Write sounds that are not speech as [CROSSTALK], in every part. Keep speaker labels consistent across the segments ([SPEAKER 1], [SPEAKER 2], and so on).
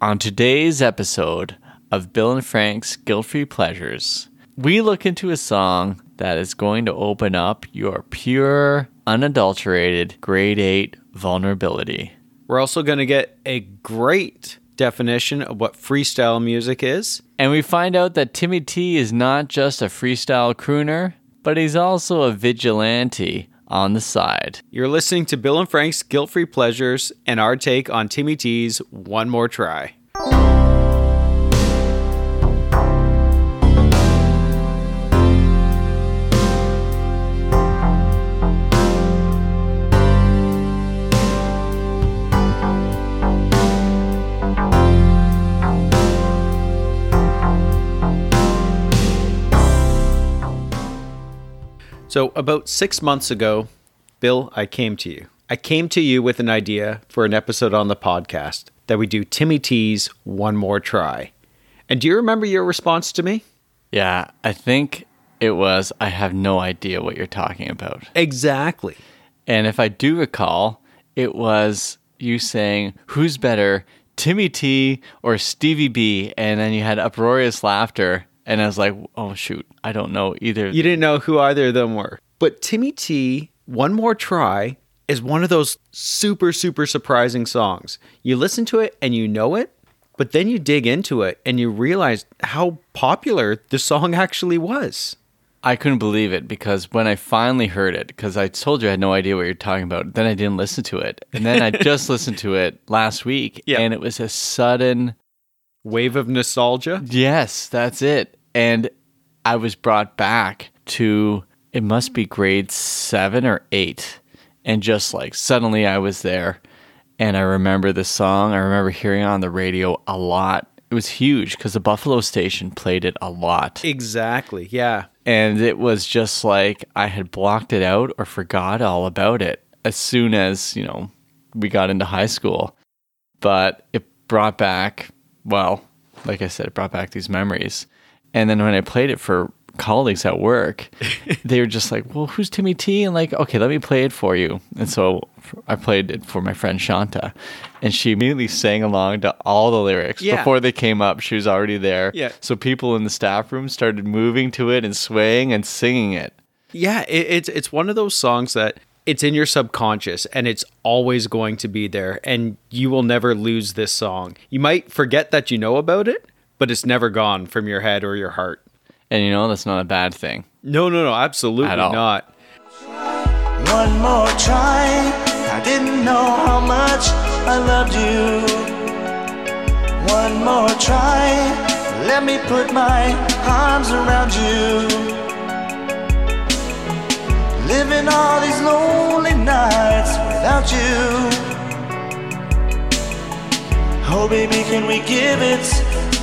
[SPEAKER 1] On today's episode of Bill and Frank's Guilt Free Pleasures, we look into a song that is going to open up your pure, unadulterated grade 8 vulnerability.
[SPEAKER 2] We're also going to get a great definition of what freestyle music is.
[SPEAKER 1] And we find out that Timmy T is not just a freestyle crooner, but he's also a vigilante on the side.
[SPEAKER 2] You're listening to Bill and Frank's Guilt Free Pleasures and our take on Timmy T's One More Try. So, about six months ago, Bill, I came to you. I came to you with an idea for an episode on the podcast that we do Timmy T's One More Try. And do you remember your response to me?
[SPEAKER 1] Yeah, I think it was, I have no idea what you're talking about.
[SPEAKER 2] Exactly.
[SPEAKER 1] And if I do recall, it was you saying, Who's better, Timmy T or Stevie B? And then you had uproarious laughter. And I was like, Oh, shoot, I don't know either.
[SPEAKER 2] You didn't know who either of them were. But Timmy T, One More Try, is one of those super, super surprising songs. You listen to it and you know it, but then you dig into it and you realize how popular the song [LAUGHS] actually was.
[SPEAKER 1] I couldn't believe it because when I finally heard it, because I told you I had no idea what you're talking about, then I didn't listen to it. And then I just listened to it last week.
[SPEAKER 2] Yeah.
[SPEAKER 1] And it was a sudden
[SPEAKER 2] Wave of nostalgia.
[SPEAKER 1] Yes, that's it. And I was brought back to it must be grade seven or eight. And just like suddenly I was there and I remember the song. I remember hearing it on the radio a lot. It was huge because the Buffalo station played it a lot.
[SPEAKER 2] Exactly. Yeah.
[SPEAKER 1] And it was just like I had blocked it out or forgot all about it as soon as, you know, we got into high school. But it brought back, well, like I said, it brought back these memories. And then when I played it for colleagues at work, they were just like, well, who's Timmy T? And like, okay, let me play it for you. And so I played it for my friend Shanta. And she immediately sang along to all the lyrics
[SPEAKER 2] Yeah.
[SPEAKER 1] before they came up. She was already there.
[SPEAKER 2] Yeah.
[SPEAKER 1] So people in the staff room started moving to it and swaying and singing it.
[SPEAKER 2] Yeah, it, it's it's one of those songs that it's in your subconscious and it's always going to be there and you will never lose this song. You might forget that you know about it, but it's never gone from your head or your heart.
[SPEAKER 1] And you know, that's not a bad thing.
[SPEAKER 2] No, no, no, absolutely
[SPEAKER 1] At all.
[SPEAKER 2] not.
[SPEAKER 3] One more try. I didn't know how much I loved you. One more try. Let me put my arms around you. Living all these lonely nights without you. Oh, baby, can we give it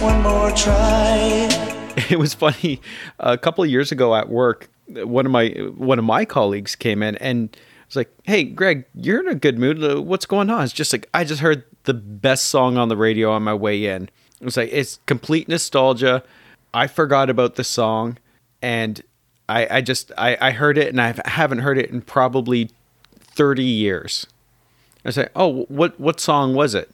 [SPEAKER 3] one more try?
[SPEAKER 2] [LAUGHS] It was funny a couple of years ago at work, one of my one of my colleagues came in and was like, "Hey, Greg, you're in a good mood. Uh, What's going on?" It's just like I just heard the best song on the radio on my way in. It was like it's complete nostalgia. I forgot about the song, and I, I just I, I heard it, and I haven't heard it in probably thirty years. I say, "Oh, what what song was it?"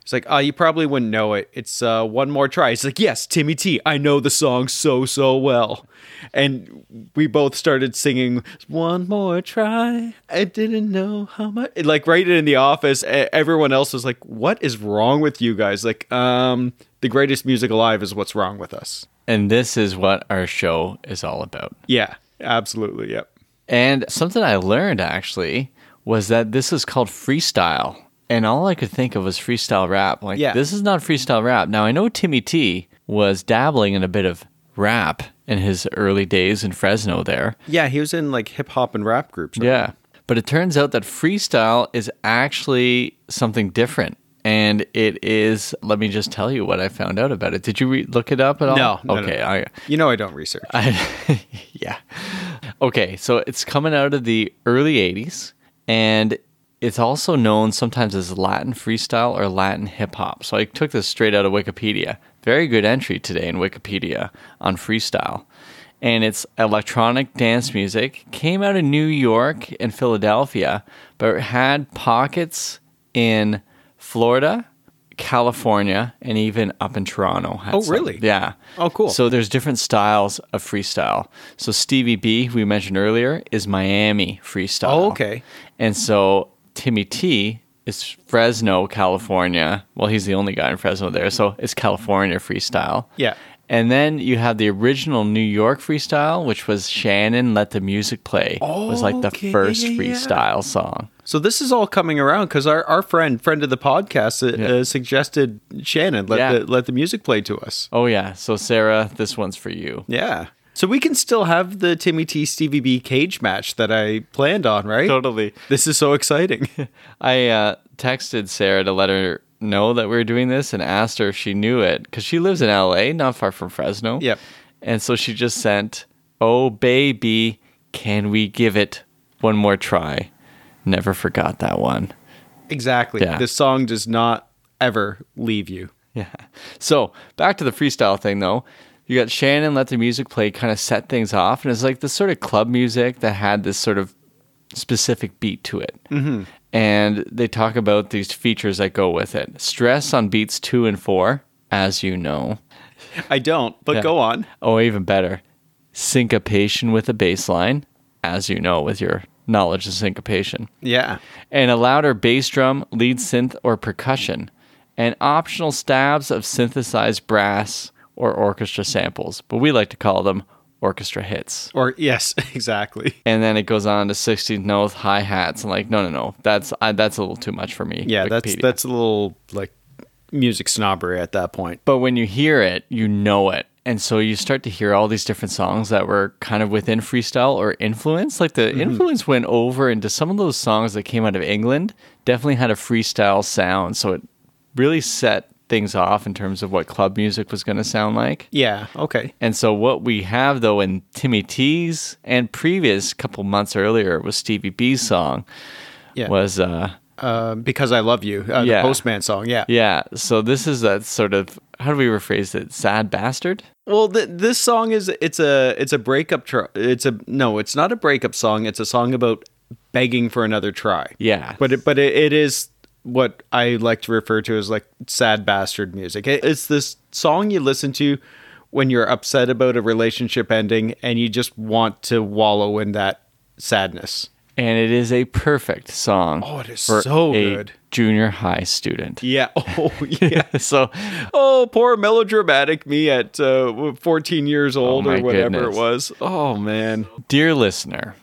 [SPEAKER 2] It's like, "Oh, you probably wouldn't know it. It's uh, one more try." It's like, "Yes, Timmy T. I know the song so so well," and we both started singing "One More Try." I didn't know how much. Like right in the office, e- everyone else was like, "What is wrong with you guys?" Like, um, the greatest music alive is what's wrong with us.
[SPEAKER 1] And this is what our show is all about.
[SPEAKER 2] Yeah, absolutely. Yep.
[SPEAKER 1] And something I learned actually was that this is called freestyle. And all I could think of was freestyle rap. Like,
[SPEAKER 2] Yeah.
[SPEAKER 1] this is not freestyle rap. Now, I know Timmy T was dabbling in a bit of rap in his early days in Fresno there.
[SPEAKER 2] Yeah, he was in like hip hop and rap groups.
[SPEAKER 1] Yeah. But it turns out that freestyle is actually something different. And it is, let me just tell you what I found out about it. Did you re- look it up at all?
[SPEAKER 2] No, no, no,
[SPEAKER 1] Okay.
[SPEAKER 2] no.
[SPEAKER 1] I,
[SPEAKER 2] You know, I don't research.
[SPEAKER 1] I, [LAUGHS] yeah. Okay, so it's coming out of the early 80s, and it's also known sometimes as Latin freestyle or Latin hip hop. So I took this straight out of Wikipedia. Very good entry today in Wikipedia on freestyle. And it's electronic dance music. Came out of New York and Philadelphia, but it had pockets in Florida, California and even up in Toronto. had
[SPEAKER 2] Oh,
[SPEAKER 1] some.
[SPEAKER 2] really?
[SPEAKER 1] Yeah.
[SPEAKER 2] Oh, cool.
[SPEAKER 1] So there's different styles of freestyle. So Stevie B, who we mentioned earlier, is Miami freestyle.
[SPEAKER 2] Oh, okay.
[SPEAKER 1] And so Timmy T is Fresno, California. Well, he's the only guy in Fresno there. So it's California freestyle.
[SPEAKER 2] Yeah.
[SPEAKER 1] And then you have the original New York freestyle, which was Shannon Let the Music Play. was like the
[SPEAKER 2] Okay, yeah,
[SPEAKER 1] first
[SPEAKER 2] yeah, yeah.
[SPEAKER 1] freestyle song.
[SPEAKER 2] So this is all coming around because our, our friend friend of the podcast uh,
[SPEAKER 1] Yeah.
[SPEAKER 2] uh, suggested Shannon let
[SPEAKER 1] Yeah.
[SPEAKER 2] the let the music play to us.
[SPEAKER 1] Oh, yeah. So, Sarah, this one's for you.
[SPEAKER 2] Yeah. So we can still have the Timmy T Stevie B cage match that I planned on, right?
[SPEAKER 1] Totally.
[SPEAKER 2] This is so
[SPEAKER 1] [LAUGHS]
[SPEAKER 2] exciting. [LAUGHS]
[SPEAKER 1] I uh, texted Sarah to let her know that we were doing this and asked her if she knew it because she lives in LA, not far from Fresno.
[SPEAKER 2] Yep.
[SPEAKER 1] And so she just sent, Oh, baby, can we give it one more try? Never forgot that one.
[SPEAKER 2] exactly.
[SPEAKER 1] Yeah.
[SPEAKER 2] This song does not ever leave you.
[SPEAKER 1] [LAUGHS] Yeah. So back to the freestyle thing though. You got Shannon let the music play kind of set things off, and it's like this sort of club music that had this sort of specific beat to it. Mm-hmm. And they talk about these features that go with it. Stress on beats two and four, as you know.
[SPEAKER 2] I don't, but
[SPEAKER 1] Yeah.
[SPEAKER 2] go on.
[SPEAKER 1] Oh, even better, syncopation with a bass line, as you know, with your knowledge of syncopation
[SPEAKER 2] Yeah.
[SPEAKER 1] and a louder bass drum, lead synth, or percussion, and optional stabs of synthesized brass or orchestra samples, but we like to call them orchestra hits.
[SPEAKER 2] Or yes, [LAUGHS] exactly.
[SPEAKER 1] And then it goes on to 16th note hi hats. and like, no, no, no, that's I, that's a little too much for me.
[SPEAKER 2] Yeah, that's
[SPEAKER 1] Wikipedia.
[SPEAKER 2] that's a little like music snobbery at that point.
[SPEAKER 1] But when you hear it, you know it. And so you start to hear all these different songs that were kind of within freestyle or influence. Like the influence went over into some of those songs that came out of England, definitely had a freestyle sound. So it really set things off in terms of what club music was going to sound like.
[SPEAKER 2] Yeah. Okay.
[SPEAKER 1] And so what we have though in Timmy T's and previous couple months earlier was Stevie B's song
[SPEAKER 2] Yeah.
[SPEAKER 1] was uh
[SPEAKER 2] Um, because I love you. Uh,
[SPEAKER 1] Yeah.
[SPEAKER 2] The Postman song. Yeah.
[SPEAKER 1] yeah, so this is that sort of how do we rephrase it? Sad bastard?
[SPEAKER 2] Well, th- this song is it's a it's a breakup. Tr- it's a no. It's not a breakup song. It's a song about begging for another try.
[SPEAKER 1] Yeah.
[SPEAKER 2] But it, but it, it is what I like to refer to as like sad bastard music. It, it's this song you listen to when you're upset about a relationship ending and you just want to wallow in that sadness.
[SPEAKER 1] and it is a perfect song.
[SPEAKER 2] Oh, it is so good.
[SPEAKER 1] Junior high student. [LAUGHS]
[SPEAKER 2] Yeah. Oh yeah.
[SPEAKER 1] So,
[SPEAKER 2] [LAUGHS] oh, poor melodramatic me at uh, 14 years old
[SPEAKER 1] my
[SPEAKER 2] or whatever
[SPEAKER 1] goodness.
[SPEAKER 2] it was. Oh man.
[SPEAKER 1] dear listener,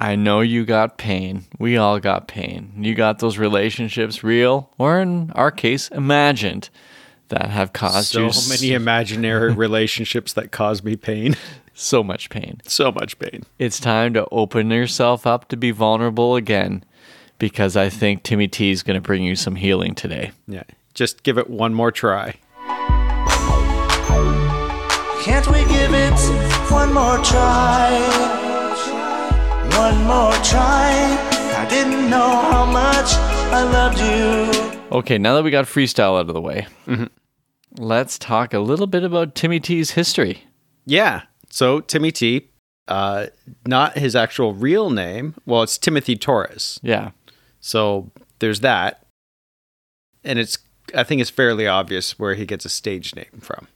[SPEAKER 1] I know you got pain. We all got pain. You got those relationships, real or in our case, imagined, that have caused
[SPEAKER 2] so
[SPEAKER 1] you s-
[SPEAKER 2] [LAUGHS] many imaginary [LAUGHS] relationships that cause me pain.
[SPEAKER 1] so much pain.
[SPEAKER 2] [LAUGHS] So much pain.
[SPEAKER 1] It's time to open yourself up to be vulnerable again, because I think Timmy T is going to bring you some healing today.
[SPEAKER 2] Yeah. Just give it one more try.
[SPEAKER 3] Can't we give it one more try? One more try. I didn't know how much I loved you.
[SPEAKER 1] Okay, now that we got freestyle out of the way, let's talk a little bit about Timmy T's history.
[SPEAKER 2] Yeah. So Timmy T, uh, not his actual real name. Well, it's Timothy Torres.
[SPEAKER 1] Yeah.
[SPEAKER 2] So there's that. And it's, I think it's fairly obvious where he gets a stage name from.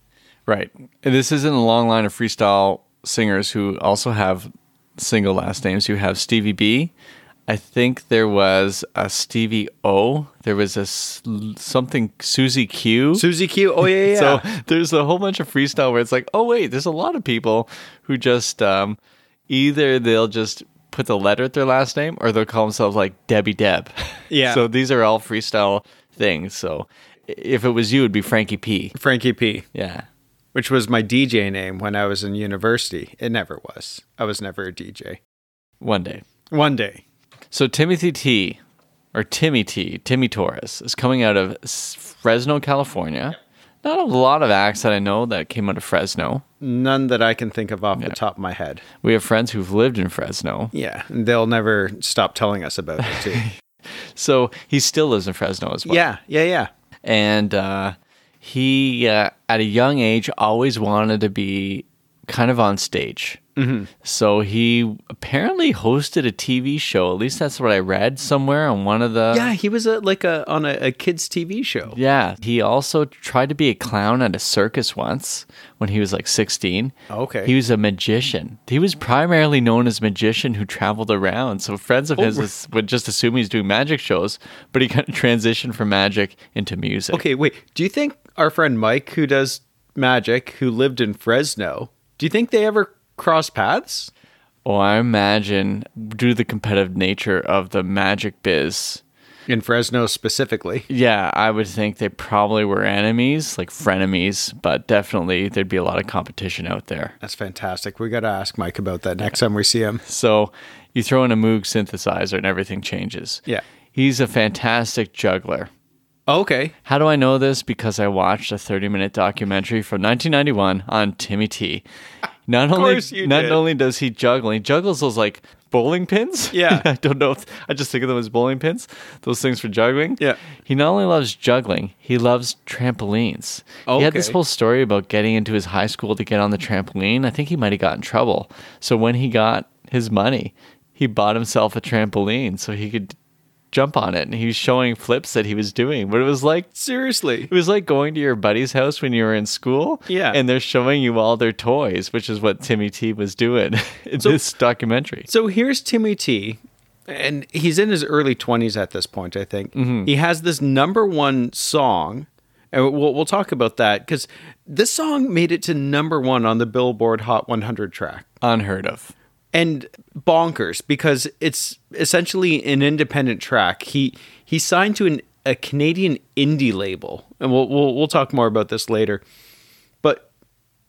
[SPEAKER 1] Right. And this isn't a long line of freestyle singers who also have single last names. You have Stevie B. I think there was a Stevie O. There was a s- something Susie Q.
[SPEAKER 2] Susie Q. Oh, yeah, [LAUGHS]
[SPEAKER 1] [LAUGHS]
[SPEAKER 2] yeah.
[SPEAKER 1] So
[SPEAKER 2] yeah.
[SPEAKER 1] there's a whole bunch of freestyle where it's like, oh wait, there's a lot of people who just um, either they'll just put the letter at their last name or they'll call themselves like Debbie Deb. [LAUGHS]
[SPEAKER 2] Yeah.
[SPEAKER 1] so these are all freestyle things. So i- if it was you, it'd be Frankie P.
[SPEAKER 2] Frankie P.
[SPEAKER 1] Yeah.
[SPEAKER 2] which was my DJ name when I was in university. It never was. I was never a DJ.
[SPEAKER 1] One day.
[SPEAKER 2] One day.
[SPEAKER 1] So Timothy T, or Timmy T, Timmy Torres, is coming out of S- Fresno, California. Not a lot of acts that I know that came out of Fresno.
[SPEAKER 2] None that I can think of off the top of my head.
[SPEAKER 1] We have friends who've lived in Fresno.
[SPEAKER 2] Yeah. and They'll never stop telling us about
[SPEAKER 1] [LAUGHS]
[SPEAKER 2] it, too.
[SPEAKER 1] So he still lives in Fresno as well.
[SPEAKER 2] yeah. Yeah. Yeah.
[SPEAKER 1] and uh, he uh, at a young age always wanted to be kind of on stage
[SPEAKER 2] Mm-hmm.
[SPEAKER 1] So he apparently hosted a TV show. At least that's what I read somewhere on one of the.
[SPEAKER 2] yeah, he was a, like a on a, a kids TV show.
[SPEAKER 1] Uh, Yeah, he also tried to be a clown at a circus once when he was like 16.
[SPEAKER 2] Oh, Okay.
[SPEAKER 1] He was a magician. He was primarily known as a magician who traveled around. So friends of his
[SPEAKER 2] Oh.
[SPEAKER 1] is- would just assume he's doing magic shows, but he kind of transitioned from magic into music.
[SPEAKER 2] Okay, wait. Do you think our friend Mike, who does magic, who lived in Fresno, do you think they ever cross paths?
[SPEAKER 1] Oh, I imagine due to the competitive nature of the magic biz.
[SPEAKER 2] In Fresno specifically.
[SPEAKER 1] Yeah, I would think they probably were enemies, like frenemies, but definitely there'd be a lot of competition out there.
[SPEAKER 2] That's fantastic. We got to ask Mike about that next time we see him.
[SPEAKER 1] So you throw in a Moog synthesizer and everything changes.
[SPEAKER 2] Yeah.
[SPEAKER 1] He's a fantastic juggler.
[SPEAKER 2] Okay.
[SPEAKER 1] How do I know this? Because I watched a 30 minute documentary from 1991 on Timmy T. Not only
[SPEAKER 2] course you
[SPEAKER 1] not
[SPEAKER 2] did.
[SPEAKER 1] only does he juggle, he juggles those like bowling pins. [LAUGHS]
[SPEAKER 2] Yeah.
[SPEAKER 1] I don't know. If, I just think of them as bowling pins. Those things for juggling.
[SPEAKER 2] Yeah.
[SPEAKER 1] He not only loves juggling, he loves trampolines. He had this
[SPEAKER 2] Okay.
[SPEAKER 1] whole story about getting into his high school to get on the trampoline. I think he might have got in trouble. So when he got his money, he bought himself a trampoline so he could jump on it. And he was showing flips that he was doing. But it was like
[SPEAKER 2] Seriously.
[SPEAKER 1] it was like going to your buddy's house when you were in school.
[SPEAKER 2] Yeah.
[SPEAKER 1] And they're showing you all their toys, which is what Timmy T was doing [LAUGHS] in this documentary.
[SPEAKER 2] So here's Timmy T, and he's in his early 20s at this point, I think. He has this number one song, and we'll, we'll talk about that because this song made it to number one on the Billboard Hot 100 track.
[SPEAKER 1] Unheard of.
[SPEAKER 2] and bonkers because it's essentially an independent track. He he signed to an, a Canadian indie label, and we'll, we'll we'll talk more about this later. But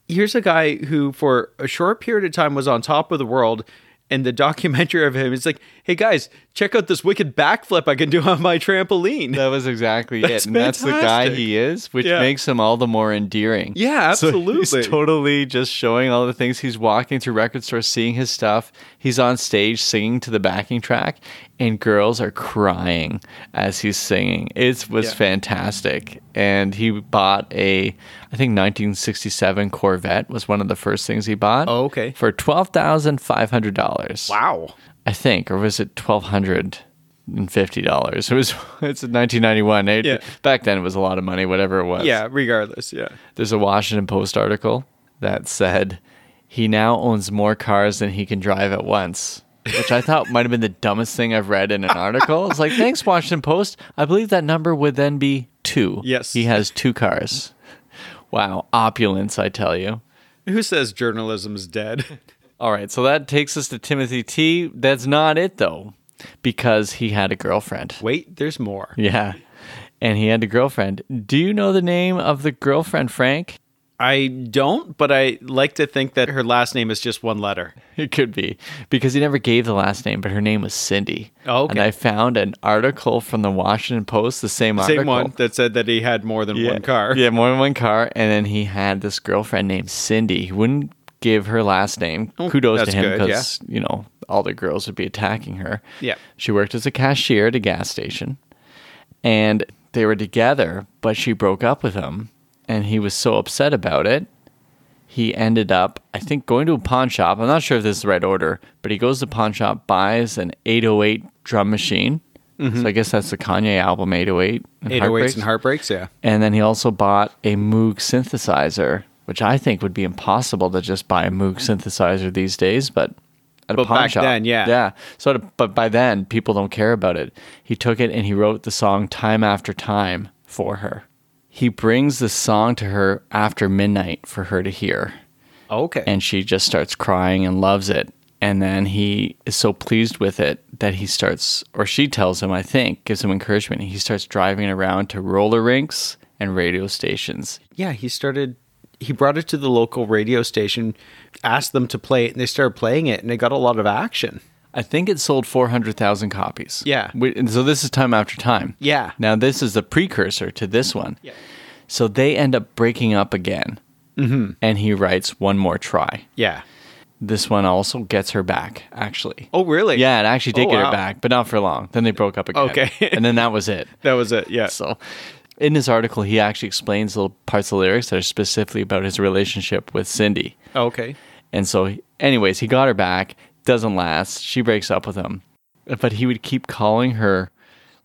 [SPEAKER 2] here's a guy who, for a short period of time, was on top of the world. And the [LAUGHS] documentary of him is like, hey guys, check out this wicked backflip I can do on my trampoline.
[SPEAKER 1] That was exactly
[SPEAKER 2] That's
[SPEAKER 1] it. And that's the guy
[SPEAKER 2] fantastic.
[SPEAKER 1] he is, which
[SPEAKER 2] Yeah.
[SPEAKER 1] makes him all the more endearing.
[SPEAKER 2] [LAUGHS] Yeah,
[SPEAKER 1] So
[SPEAKER 2] absolutely.
[SPEAKER 1] he's totally just showing all the things. He's walking through record stores, seeing his stuff. He's on stage singing to the backing track, and girls are crying as he's singing. It was
[SPEAKER 2] Yeah.
[SPEAKER 1] fantastic. And he bought a, I think 1967 Corvette was one of the first things he bought.
[SPEAKER 2] Oh, okay.
[SPEAKER 1] For twelve thousand five hundred dollars.
[SPEAKER 2] Wow.
[SPEAKER 1] I think, or was it twelve hundred and fifty dollars? It was. [LAUGHS] It's nineteen ninety one.
[SPEAKER 2] Yeah.
[SPEAKER 1] Back then, it was a lot of money. Whatever it was.
[SPEAKER 2] Yeah, regardless. Yeah.
[SPEAKER 1] There's a Washington Post article that said he now owns more cars than he can drive at once. Which I thought might have been the dumbest thing I've read in an article. It's like, thanks, Washington Post. I believe that number would then be two.
[SPEAKER 2] Yes.
[SPEAKER 1] He has two cars. Wow. Opulence, I tell you.
[SPEAKER 2] Who says journalism's dead?
[SPEAKER 1] All right, so that takes us to Timothy T. That's not it though, because he had a girlfriend.
[SPEAKER 2] [LAUGHS] Wait, there's more.
[SPEAKER 1] Yeah. And he had a girlfriend. Do you know the name of the girlfriend, Frank?
[SPEAKER 2] I don't, but I like to think that her last name is just one letter.
[SPEAKER 1] [LAUGHS] It could be because he never gave the last name, but her name was Cindy.
[SPEAKER 2] Oh, okay.
[SPEAKER 1] And I found an article from the Washington Post, the same article.
[SPEAKER 2] Same one that said that he had more than
[SPEAKER 1] yeah.
[SPEAKER 2] one car.
[SPEAKER 1] Yeah, more than one car. And then he had this girlfriend named Cindy. He wouldn't give her last name. Kudos to
[SPEAKER 2] Oh, that's
[SPEAKER 1] him
[SPEAKER 2] good,
[SPEAKER 1] because, you know, all the girls would be attacking her.
[SPEAKER 2] Yeah.
[SPEAKER 1] She worked as a cashier at a gas station and they were together, but she broke up with him and he was so upset about it. He ended up, I think, going to a pawn shop. I'm not sure if this is the right order, but he goes to the pawn shop, buys an 808 drum machine.
[SPEAKER 2] Mm-hmm.
[SPEAKER 1] So I guess that's the Kanye album 808 and
[SPEAKER 2] 808s
[SPEAKER 1] Heartbreaks.
[SPEAKER 2] and heartbreaks, yeah.
[SPEAKER 1] And then he also bought a Moog synthesizer, which I think would be impossible to just buy a Moog synthesizer these days, but at a
[SPEAKER 2] But
[SPEAKER 1] pawn
[SPEAKER 2] back
[SPEAKER 1] shop.
[SPEAKER 2] then, yeah.
[SPEAKER 1] Yeah. So to, but by then people don't care about it. He took it and he wrote the song time after time for her. He brings the song to her after midnight for her to hear
[SPEAKER 2] Okay.
[SPEAKER 1] and she just starts crying and loves it. And then he is so pleased with it that he starts, or she tells him, I think, gives him encouragement. He starts driving around to roller rinks and radio stations.
[SPEAKER 2] yeah, he started he brought it to the local radio station, asked them to play it, and they started playing it and it got a lot of action.
[SPEAKER 1] I think it sold 400,000 copies.
[SPEAKER 2] Yeah.
[SPEAKER 1] We, and so this is time after time.
[SPEAKER 2] Yeah.
[SPEAKER 1] Now, this is the precursor to this one. Yeah. So they end up breaking up again. Mm-hmm. And he writes One More Try.
[SPEAKER 2] Yeah.
[SPEAKER 1] This one also gets her back, actually.
[SPEAKER 2] Oh really?
[SPEAKER 1] Yeah, it actually did
[SPEAKER 2] Oh,
[SPEAKER 1] get her
[SPEAKER 2] wow.
[SPEAKER 1] back, but not for long. Then they broke up again.
[SPEAKER 2] Okay.
[SPEAKER 1] and then that was
[SPEAKER 2] [LAUGHS]
[SPEAKER 1] it.
[SPEAKER 2] That was it, yeah.
[SPEAKER 1] So, in this article, he actually explains little parts of the lyrics that are specifically about his relationship with Cindy.
[SPEAKER 2] Okay.
[SPEAKER 1] And so Anyways, he got her back. Doesn't last. She breaks up with him. But he would keep calling her,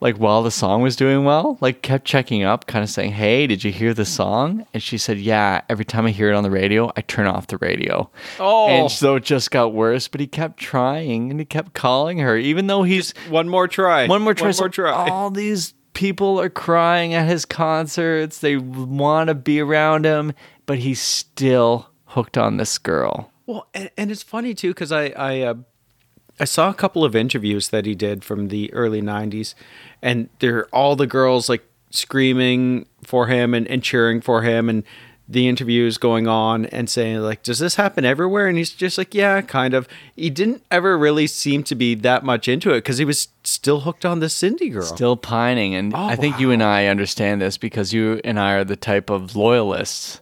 [SPEAKER 1] like while the song was doing well, like kept checking up, kind of saying, Hey, did you hear the song? And she said, Yeah, every time I hear it on the radio, I turn off the radio.
[SPEAKER 2] Oh.
[SPEAKER 1] And so it just got worse, but he kept trying and he kept calling her, even though he's
[SPEAKER 2] One more try.
[SPEAKER 1] one more try.
[SPEAKER 2] One
[SPEAKER 1] So Oh, [LAUGHS]
[SPEAKER 2] more try.
[SPEAKER 1] All these people are crying at his concerts. They want to be around him, but he's still hooked on this girl.
[SPEAKER 2] Well, and, and it's funny too because I I, uh, I saw a couple of interviews that he did from the early '90s, and they're all the girls like screaming for him and, and cheering for him, and the interview is going on and saying like, "Does this happen everywhere?" And he's just like, "Yeah, kind of." He didn't ever really seem to be that much into it because he was still hooked on this Cindy girl. Oh,
[SPEAKER 1] Still pining. And I think you and I understand this because you and I are the type of loyalists.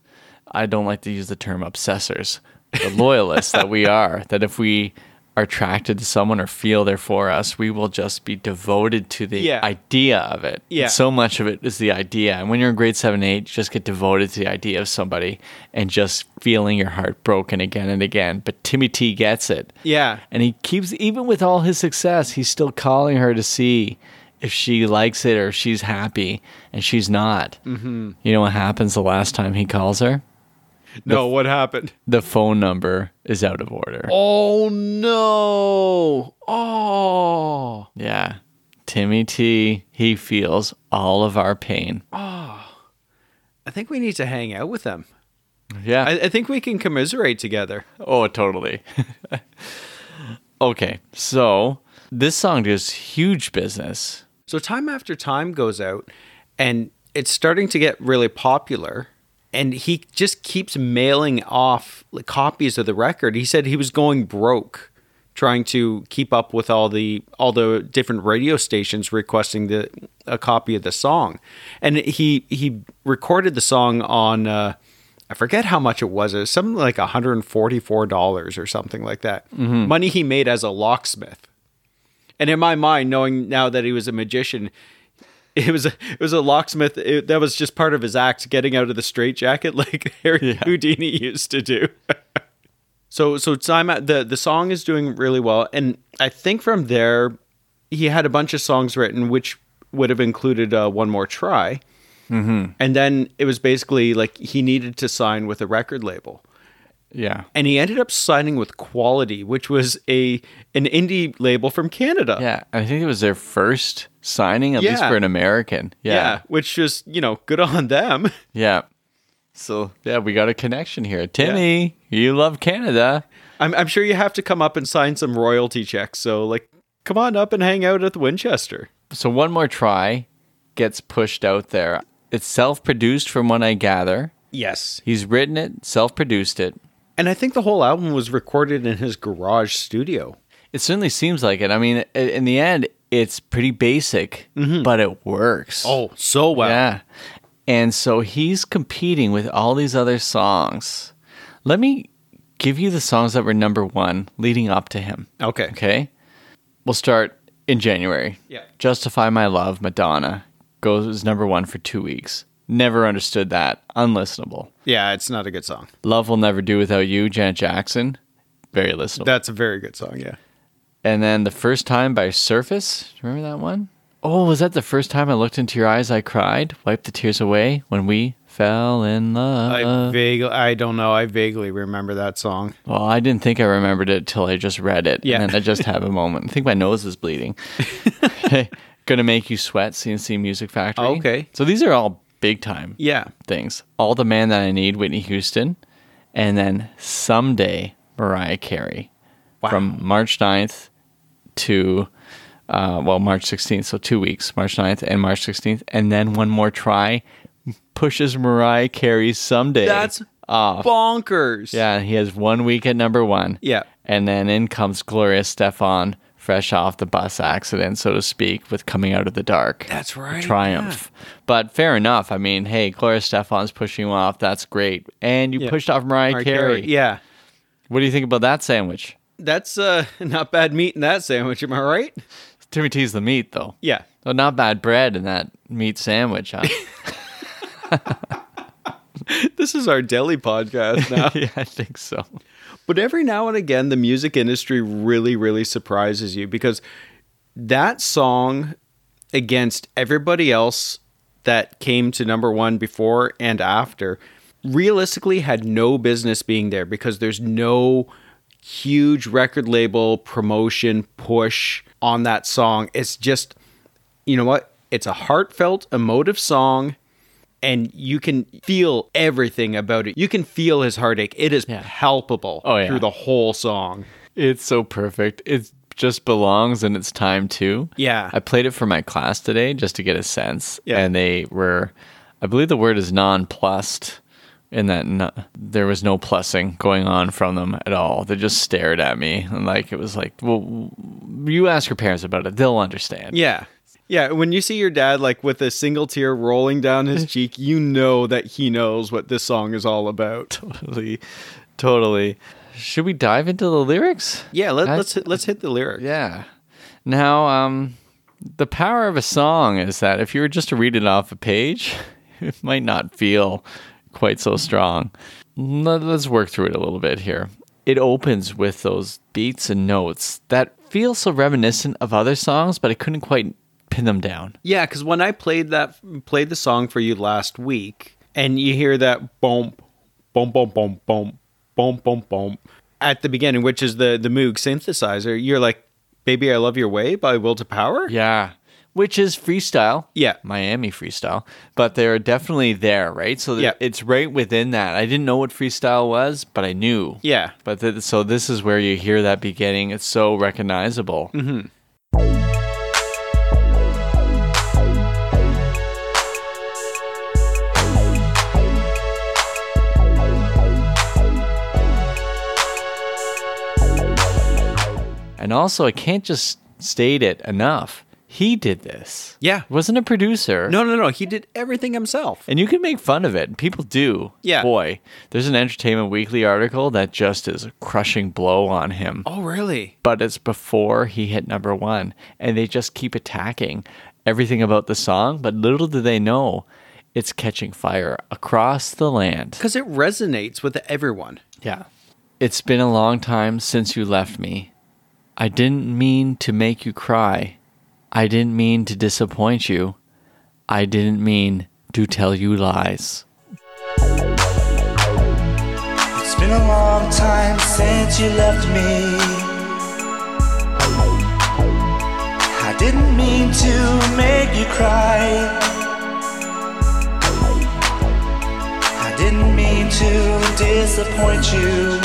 [SPEAKER 1] I don't like to use the term obsessors,
[SPEAKER 2] [LAUGHS]
[SPEAKER 1] but loyalists that we are, that if we are attracted to someone or feel they're for us, we will just be devoted to the
[SPEAKER 2] Yeah.
[SPEAKER 1] idea of it.
[SPEAKER 2] Yeah.
[SPEAKER 1] So much of it is the idea. And when you're in grade seven, eight, just get devoted to the idea of somebody and just feeling your heart broken again and again. But Timmy T gets it.
[SPEAKER 2] Yeah.
[SPEAKER 1] And he keeps, even with all his success, he's still calling her to see if she likes it or if she's happy, and she's not. Mm-hmm. You know what happens the last time he calls her?
[SPEAKER 2] No, what happened?
[SPEAKER 1] The phone number is out of order.
[SPEAKER 2] Oh no! Oh.
[SPEAKER 1] Yeah. Timmy T, he feels all of our pain.
[SPEAKER 2] I think we need to hang out with him.
[SPEAKER 1] Yeah.
[SPEAKER 2] I, I think we can commiserate together.
[SPEAKER 1] Oh, totally. [LAUGHS] okay, so this song does huge business.
[SPEAKER 2] So time after time goes out, and it's starting to get really popular. And he just keeps mailing off like, copies of the record. He said he was going broke trying to keep up with all the all the different radio stations requesting the a copy of the song. And he he recorded the song on uh, I forget how much it was. It was something like $144 or something like that. Money he made as a locksmith. And in my mind, knowing now that he was a magician, [LAUGHS] it was a, it was a locksmith. It, that was just part of his act, getting out of the straitjacket [LAUGHS] like Harry Houdini used to do. [LAUGHS] so so time out- the the song is doing really well, and I think from there he had a bunch of songs written, which would have included uh, one more try. And then it was basically like he needed to sign with a record label
[SPEAKER 1] Yeah.
[SPEAKER 2] and he ended up signing with Quality, which was a an indie label from Canada.
[SPEAKER 1] Yeah, I think it was their first signing, at least
[SPEAKER 2] Yeah.
[SPEAKER 1] for an American. Yeah.
[SPEAKER 2] which is you know good on them. [LAUGHS]
[SPEAKER 1] Yeah. So, yeah, we got a connection here. Timmy, you love Canada.
[SPEAKER 2] I'm, I'm sure you have to come up and sign some royalty checks. So like, come on up and hang out at the Winchester.
[SPEAKER 1] So, One More Try gets pushed out there. It's self produced, from what I gather.
[SPEAKER 2] Yes,
[SPEAKER 1] He's written it, self produced it.
[SPEAKER 2] and I think the whole album was recorded in his garage studio.
[SPEAKER 1] It certainly seems like it. I mean, i- in the end, it's pretty basic, but it works.
[SPEAKER 2] Oh, so well.
[SPEAKER 1] Yeah. And so he's competing with all these other songs. Let me give you the songs that were number one leading up to him.
[SPEAKER 2] Okay.
[SPEAKER 1] Okay. We'll start in January.
[SPEAKER 2] Yeah.
[SPEAKER 1] Justify My Love, Madonna goes as number one for two weeks. Never understood that. Unlistenable.
[SPEAKER 2] Yeah, it's not a good song.
[SPEAKER 1] Love Will Never Do Without You, Janet Jackson. Very listenable.
[SPEAKER 2] That's a very good song. Yeah.
[SPEAKER 1] And then the first time by Surface. Remember that one? Oh, was that the first time I looked into your eyes? I cried, wiped the tears away when we fell in love.
[SPEAKER 2] I vaguely, I don't know. I vaguely remember that song.
[SPEAKER 1] well, I didn't think I remembered it till I just read it.
[SPEAKER 2] Yeah.
[SPEAKER 1] And then I just have a moment. I think my nose is
[SPEAKER 2] [LAUGHS]
[SPEAKER 1] bleeding. Gonna make you sweat, CNC Music Factory.
[SPEAKER 2] Oh, okay.
[SPEAKER 1] So these are all big time
[SPEAKER 2] Yeah.
[SPEAKER 1] things. All the Man That I Need, Whitney Houston. And then Someday, Mariah Carey. From March 9th to, uh, well, March 16th. So two weeks, March 9th and March 16th. And then one more try pushes Mariah Carey Someday.
[SPEAKER 2] That's bonkers.
[SPEAKER 1] Yeah, and he has one week at number one.
[SPEAKER 2] Yeah.
[SPEAKER 1] And then in comes Gloria Stefan, fresh off the bus accident, so to speak, with coming out of the dark.
[SPEAKER 2] That's right,
[SPEAKER 1] Triumph. But fair enough. I mean, hey, Gloria Stefan's pushing you off. That's great. And you pushed off Mariah,
[SPEAKER 2] Mariah
[SPEAKER 1] Carey.
[SPEAKER 2] Carey. Yeah.
[SPEAKER 1] What do you think about that sandwich?
[SPEAKER 2] That's uh [LAUGHS] not bad meat in that sandwich, am I right?
[SPEAKER 1] Timmy T's the meat, though.
[SPEAKER 2] Yeah. [LAUGHS]
[SPEAKER 1] Oh, not bad bread in that meat sandwich, huh?
[SPEAKER 2] this is our daily podcast now.
[SPEAKER 1] [LAUGHS] yeah, I think so.
[SPEAKER 2] But every now and again, the music industry really, really surprises you because that song against everybody else that came to number one before and after realistically had no business being there because there's no huge record label promotion push on that song. It's just, you know what? It's a heartfelt, emotive song and you can feel everything about it. You can feel his heartache. It is palpable
[SPEAKER 1] Oh, yeah.
[SPEAKER 2] through the whole song.
[SPEAKER 1] It's so perfect. It just belongs in its time too.
[SPEAKER 2] Yeah.
[SPEAKER 1] I played it for my class today just to get a sense.
[SPEAKER 2] Yeah.
[SPEAKER 1] And they were I believe the word is nonplussed in that n- there was no plussing going on from them at all. They just stared at me and like it was like, "Well, w- you ask your parents about it. They'll understand."
[SPEAKER 2] Yeah. Yeah, when you see your dad like with a single tear rolling
[SPEAKER 1] [LAUGHS]
[SPEAKER 2] down his cheek, you know that he knows what this song is all about.
[SPEAKER 1] [LAUGHS] Totally. Totally. Should we dive into the lyrics?
[SPEAKER 2] Yeah, let,
[SPEAKER 1] I-
[SPEAKER 2] let's hit, let's hit the lyric.
[SPEAKER 1] Yeah. Now, um, the power of a song is that if you were just to read it off a page, [LAUGHS] it might not feel quite so strong. Let- Let's work through it a little bit here. It opens with those beats and notes that feel so reminiscent of other songs, but I couldn't quite pin them down.
[SPEAKER 2] Yeah, because when I played that played the song for you last week, and you hear that bump, bump, bump, bump, bump, bump, bump, bump at the beginning, which is the the Moog synthesizer, you're like, "Baby, I Love Your Way" by Will to Power.
[SPEAKER 1] Yeah. Which is freestyle.
[SPEAKER 2] Yeah.
[SPEAKER 1] Miami freestyle. But they're definitely there, right? So th-
[SPEAKER 2] Yeah.
[SPEAKER 1] it's right within that. I didn't know what freestyle was, but I knew.
[SPEAKER 2] Yeah.
[SPEAKER 1] But th- so this is where you hear that beginning. It's so recognizable. And also, I can't just state it enough. He did this.
[SPEAKER 2] Yeah.
[SPEAKER 1] Wasn't a producer.
[SPEAKER 2] No, no, no. He did everything himself.
[SPEAKER 1] And you can make fun of it. People do.
[SPEAKER 2] Yeah.
[SPEAKER 1] Boy, there's an Entertainment Weekly article that just is a crushing blow on him.
[SPEAKER 2] Oh, really?
[SPEAKER 1] but it's before he hit number one. And they just keep attacking everything about the song, but little do they know it's catching fire across the land.
[SPEAKER 2] Because it resonates with everyone.
[SPEAKER 1] Yeah. It's been a long time since you left me. I didn't mean to make you cry. I didn't mean to disappoint you. I didn't mean to tell you lies.
[SPEAKER 3] It's been a long time since you left me. I didn't mean to make you cry. I didn't mean to disappoint you.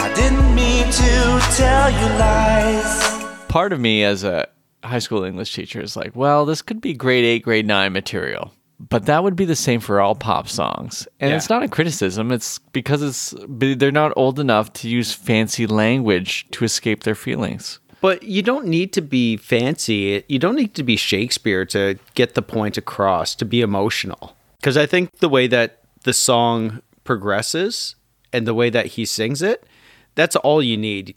[SPEAKER 3] I didn't mean to tell you lies.
[SPEAKER 1] Part of me as a high school English teacher is like, well, this could be grade eight, grade nine material. But that would be the same for all pop songs. And
[SPEAKER 2] Yeah.
[SPEAKER 1] it's not a criticism. It's because it's they're not old enough to use fancy language to escape their feelings.
[SPEAKER 2] But you don't need to be fancy. You don't need to be Shakespeare to get the point across, to be emotional. Because I think the way that the song progresses and the way that he sings it, that's all you need.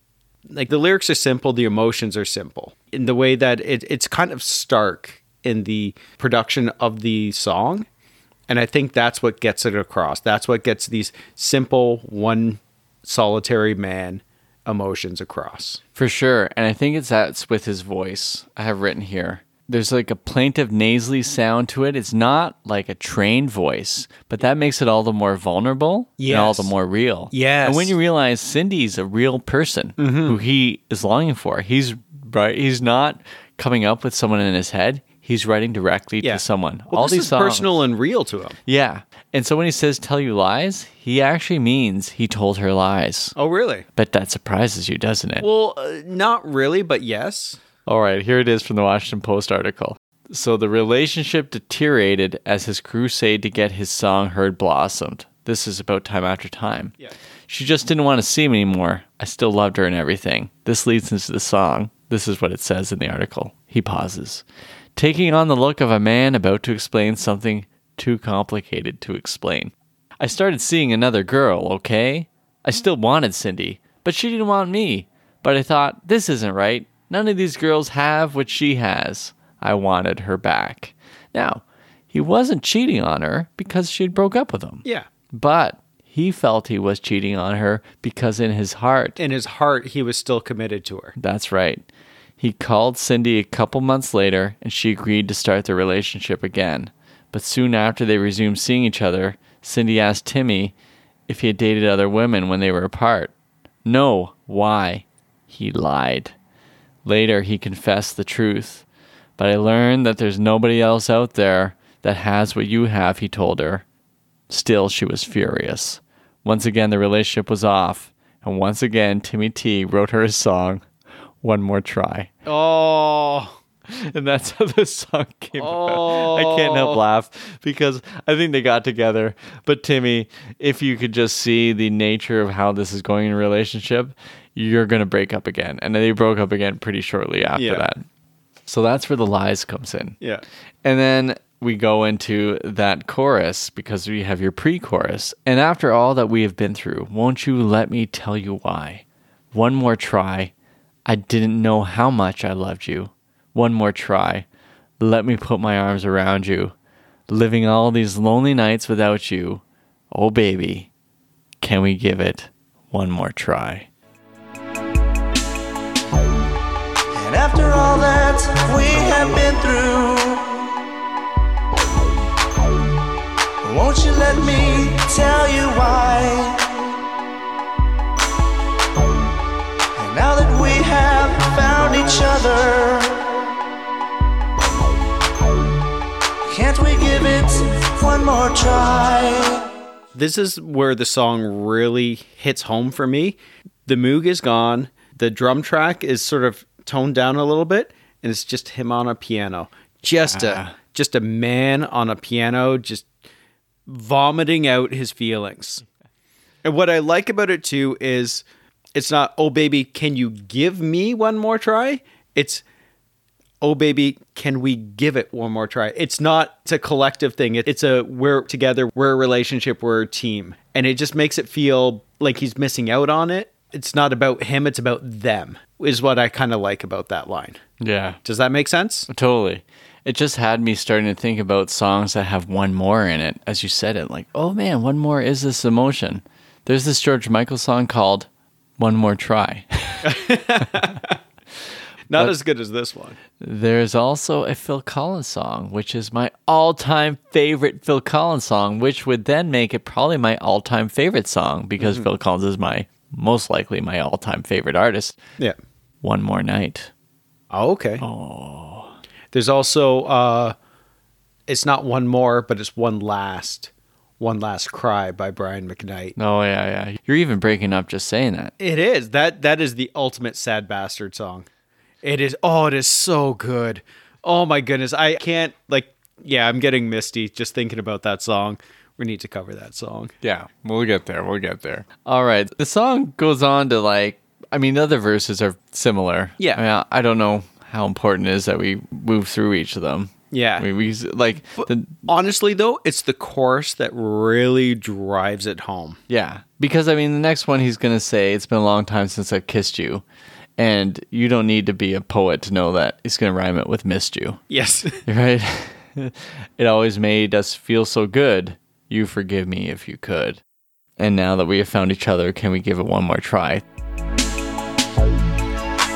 [SPEAKER 2] Like the lyrics are simple, the emotions are simple. In the way that it, it's kind of stark in the production of the song. And I think that's what gets it across. That's what gets these simple, one solitary man emotions across.
[SPEAKER 1] For sure. And I think it's that's with his voice I have written here. There's like a plaintive nasally sound to it. It's not like a trained voice, but that makes it all the more vulnerable and all
[SPEAKER 2] Yes.
[SPEAKER 1] the more real.
[SPEAKER 2] Yes. Mm-hmm.
[SPEAKER 1] And when you realize Cindy's a real person who he is longing for, he's right he's not coming up with someone in his head. He's writing directly to someone.
[SPEAKER 2] Well,
[SPEAKER 1] all
[SPEAKER 2] this
[SPEAKER 1] these
[SPEAKER 2] is
[SPEAKER 1] songs,
[SPEAKER 2] personal and real to him.
[SPEAKER 1] Yeah. And so when he says tell you lies, he actually means he told her lies.
[SPEAKER 2] Oh, really?
[SPEAKER 1] But that surprises you, doesn't it?
[SPEAKER 2] Well, uh, not really, but yes.
[SPEAKER 1] All right, here it is from the Washington Post article. So the relationship deteriorated as his crusade to get his song heard blossomed. This is about time after time.
[SPEAKER 2] Yeah.
[SPEAKER 1] She just didn't want to see him anymore. I still loved her and everything. This leads into the song. This is what it says in the article. He pauses, taking on the look of a man about to explain something too complicated to explain. I started seeing another girl, okay? I still wanted Cindy, but she didn't want me. But I thought, this isn't right. None of these girls have what she has. I wanted her back. Now, He wasn't cheating on her because she had broke up with him.
[SPEAKER 2] Yeah.
[SPEAKER 1] But he felt he was cheating on her because in his heart,
[SPEAKER 2] In his heart, he was still committed to her.
[SPEAKER 1] that's right. He called Cindy a couple months later and she agreed to start their relationship again. But soon after they resumed seeing each other, Cindy asked Timmy if he had dated other women when they were apart. No, why? He lied. Later, he confessed the truth. But I learned that there's nobody else out there that has what you have, he told her. Still, she was furious. Once again, the relationship was off. And once again, Timmy T wrote her a song, One More Try.
[SPEAKER 2] Oh.
[SPEAKER 1] And that's how this song came about. I can't help laugh because I think they got together. But Timmy, if you could just see the nature of how this is going in a relationship, you're going to break up again. And they broke up again pretty shortly after
[SPEAKER 2] Yeah.
[SPEAKER 1] that. So that's where the lies comes in.
[SPEAKER 2] Yeah.
[SPEAKER 1] And then we go into that chorus because we have your pre chorus. And after all that we have been through, won't you let me tell you why? One more try. I didn't know how much I loved you. One more try. Let me put my arms around you. Living all these lonely nights without you. Oh, baby, can we give it one more try?
[SPEAKER 3] And after all that we have been through, won't you let me tell you why? And now that we have found each other, can't we give it one more try?
[SPEAKER 2] This is where the song really hits home for me. The Moog is gone. The drum track is sort of toned down a little bit, and it's just him on a piano. Just a just a man on a piano, just vomiting out his feelings. And what I like about it too is it's not, oh baby, can you give me one more try? It's oh baby, can we give it one more try? It's not it's a collective thing. It- It's a we're together, we're a relationship, we're a team. And it just makes it feel like he's missing out on it. It's not about him, it's about them, is what I kind of like about that line.
[SPEAKER 1] Yeah.
[SPEAKER 2] Does that make sense?
[SPEAKER 1] Totally. It just had me starting to think about songs that have one more in it. As you said it, like, oh man, one more is this emotion. There's this George Michael song called One More Try. [LAUGHS]
[SPEAKER 2] Not as good as this one.
[SPEAKER 1] There's also a Phil Collins song, which is my all time favorite Phil Collins song, which would then make it probably my all time favorite song because Phil Collins is my most likely my all time favorite artist.
[SPEAKER 2] Yeah.
[SPEAKER 1] One More Night.
[SPEAKER 2] Oh, okay. Oh. There's also uh it's not one more, but it's one last one last cry by Brian McKnight.
[SPEAKER 1] Oh, yeah, yeah. You're even breaking up just saying that.
[SPEAKER 2] It is. That that is the ultimate sad bastard song. It is oh, it is so good. Oh my goodness. I can't like yeah, I'm getting misty just thinking about that song. We need to cover that song.
[SPEAKER 1] Yeah, we'll get there. We'll get there. All right. The song goes on to like, I mean, the other verses are similar.
[SPEAKER 2] Yeah.
[SPEAKER 1] I, mean, I- I don't know how important it is that we move through each of them.
[SPEAKER 2] Yeah.
[SPEAKER 1] I mean, we like, the,
[SPEAKER 2] Honestly though, it's the chorus that really drives it home.
[SPEAKER 1] yeah. Because, I mean, the next one he's going to say, It's been a long time since I've kissed you. And you don't need to be a poet to know that he's going to rhyme it with missed you. [LAUGHS]
[SPEAKER 2] Yes.
[SPEAKER 1] Right? it always made us feel so good. You forgive me if you could. And now that we have found each other, can we give it one more try?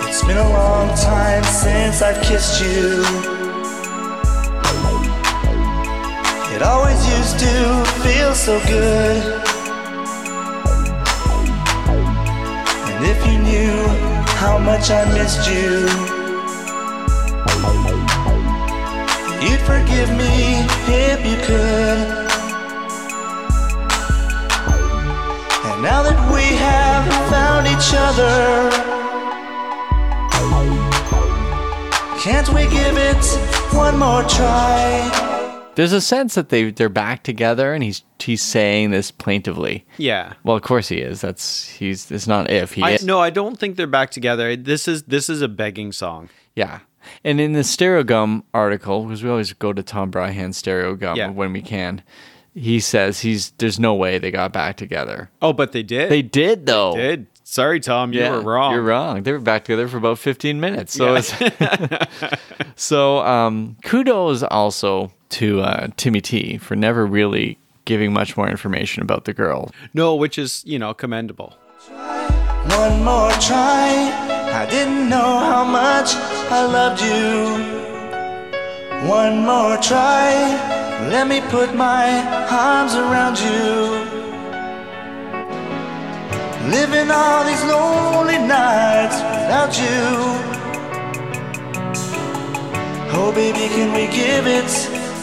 [SPEAKER 3] It's been a long time since I've kissed you. It always used to feel so good. And if you knew how much I missed you, you'd forgive me if you could. And now that we have found each other. Can't we give it one more try?
[SPEAKER 1] There's a sense that they they're back together, and he's he's saying this plaintively.
[SPEAKER 2] yeah.
[SPEAKER 1] Well, of course he is. That's he's. It's not if he.
[SPEAKER 2] I, no, I don't think they're back together. This is this is a begging song.
[SPEAKER 1] Yeah. And in the Stereogum article, because we always go to Tom Bryhan's Stereogum
[SPEAKER 2] Yeah.
[SPEAKER 1] when we can, he says he's there's no way they got back together.
[SPEAKER 2] Oh, but they did.
[SPEAKER 1] They did though.
[SPEAKER 2] did. Sorry, Tom, you were wrong.
[SPEAKER 1] You're wrong. They were back together for [LAUGHS] about 15 minutes. So, it's, so um, kudos also to uh, Timmy T for never really giving much more information about the girl.
[SPEAKER 2] No, which is, you know, commendable.
[SPEAKER 3] One more try. I didn't know how much I loved you. One more try. Let me put my arms around you. Living all these lonely nights without you. Oh, baby, can we give it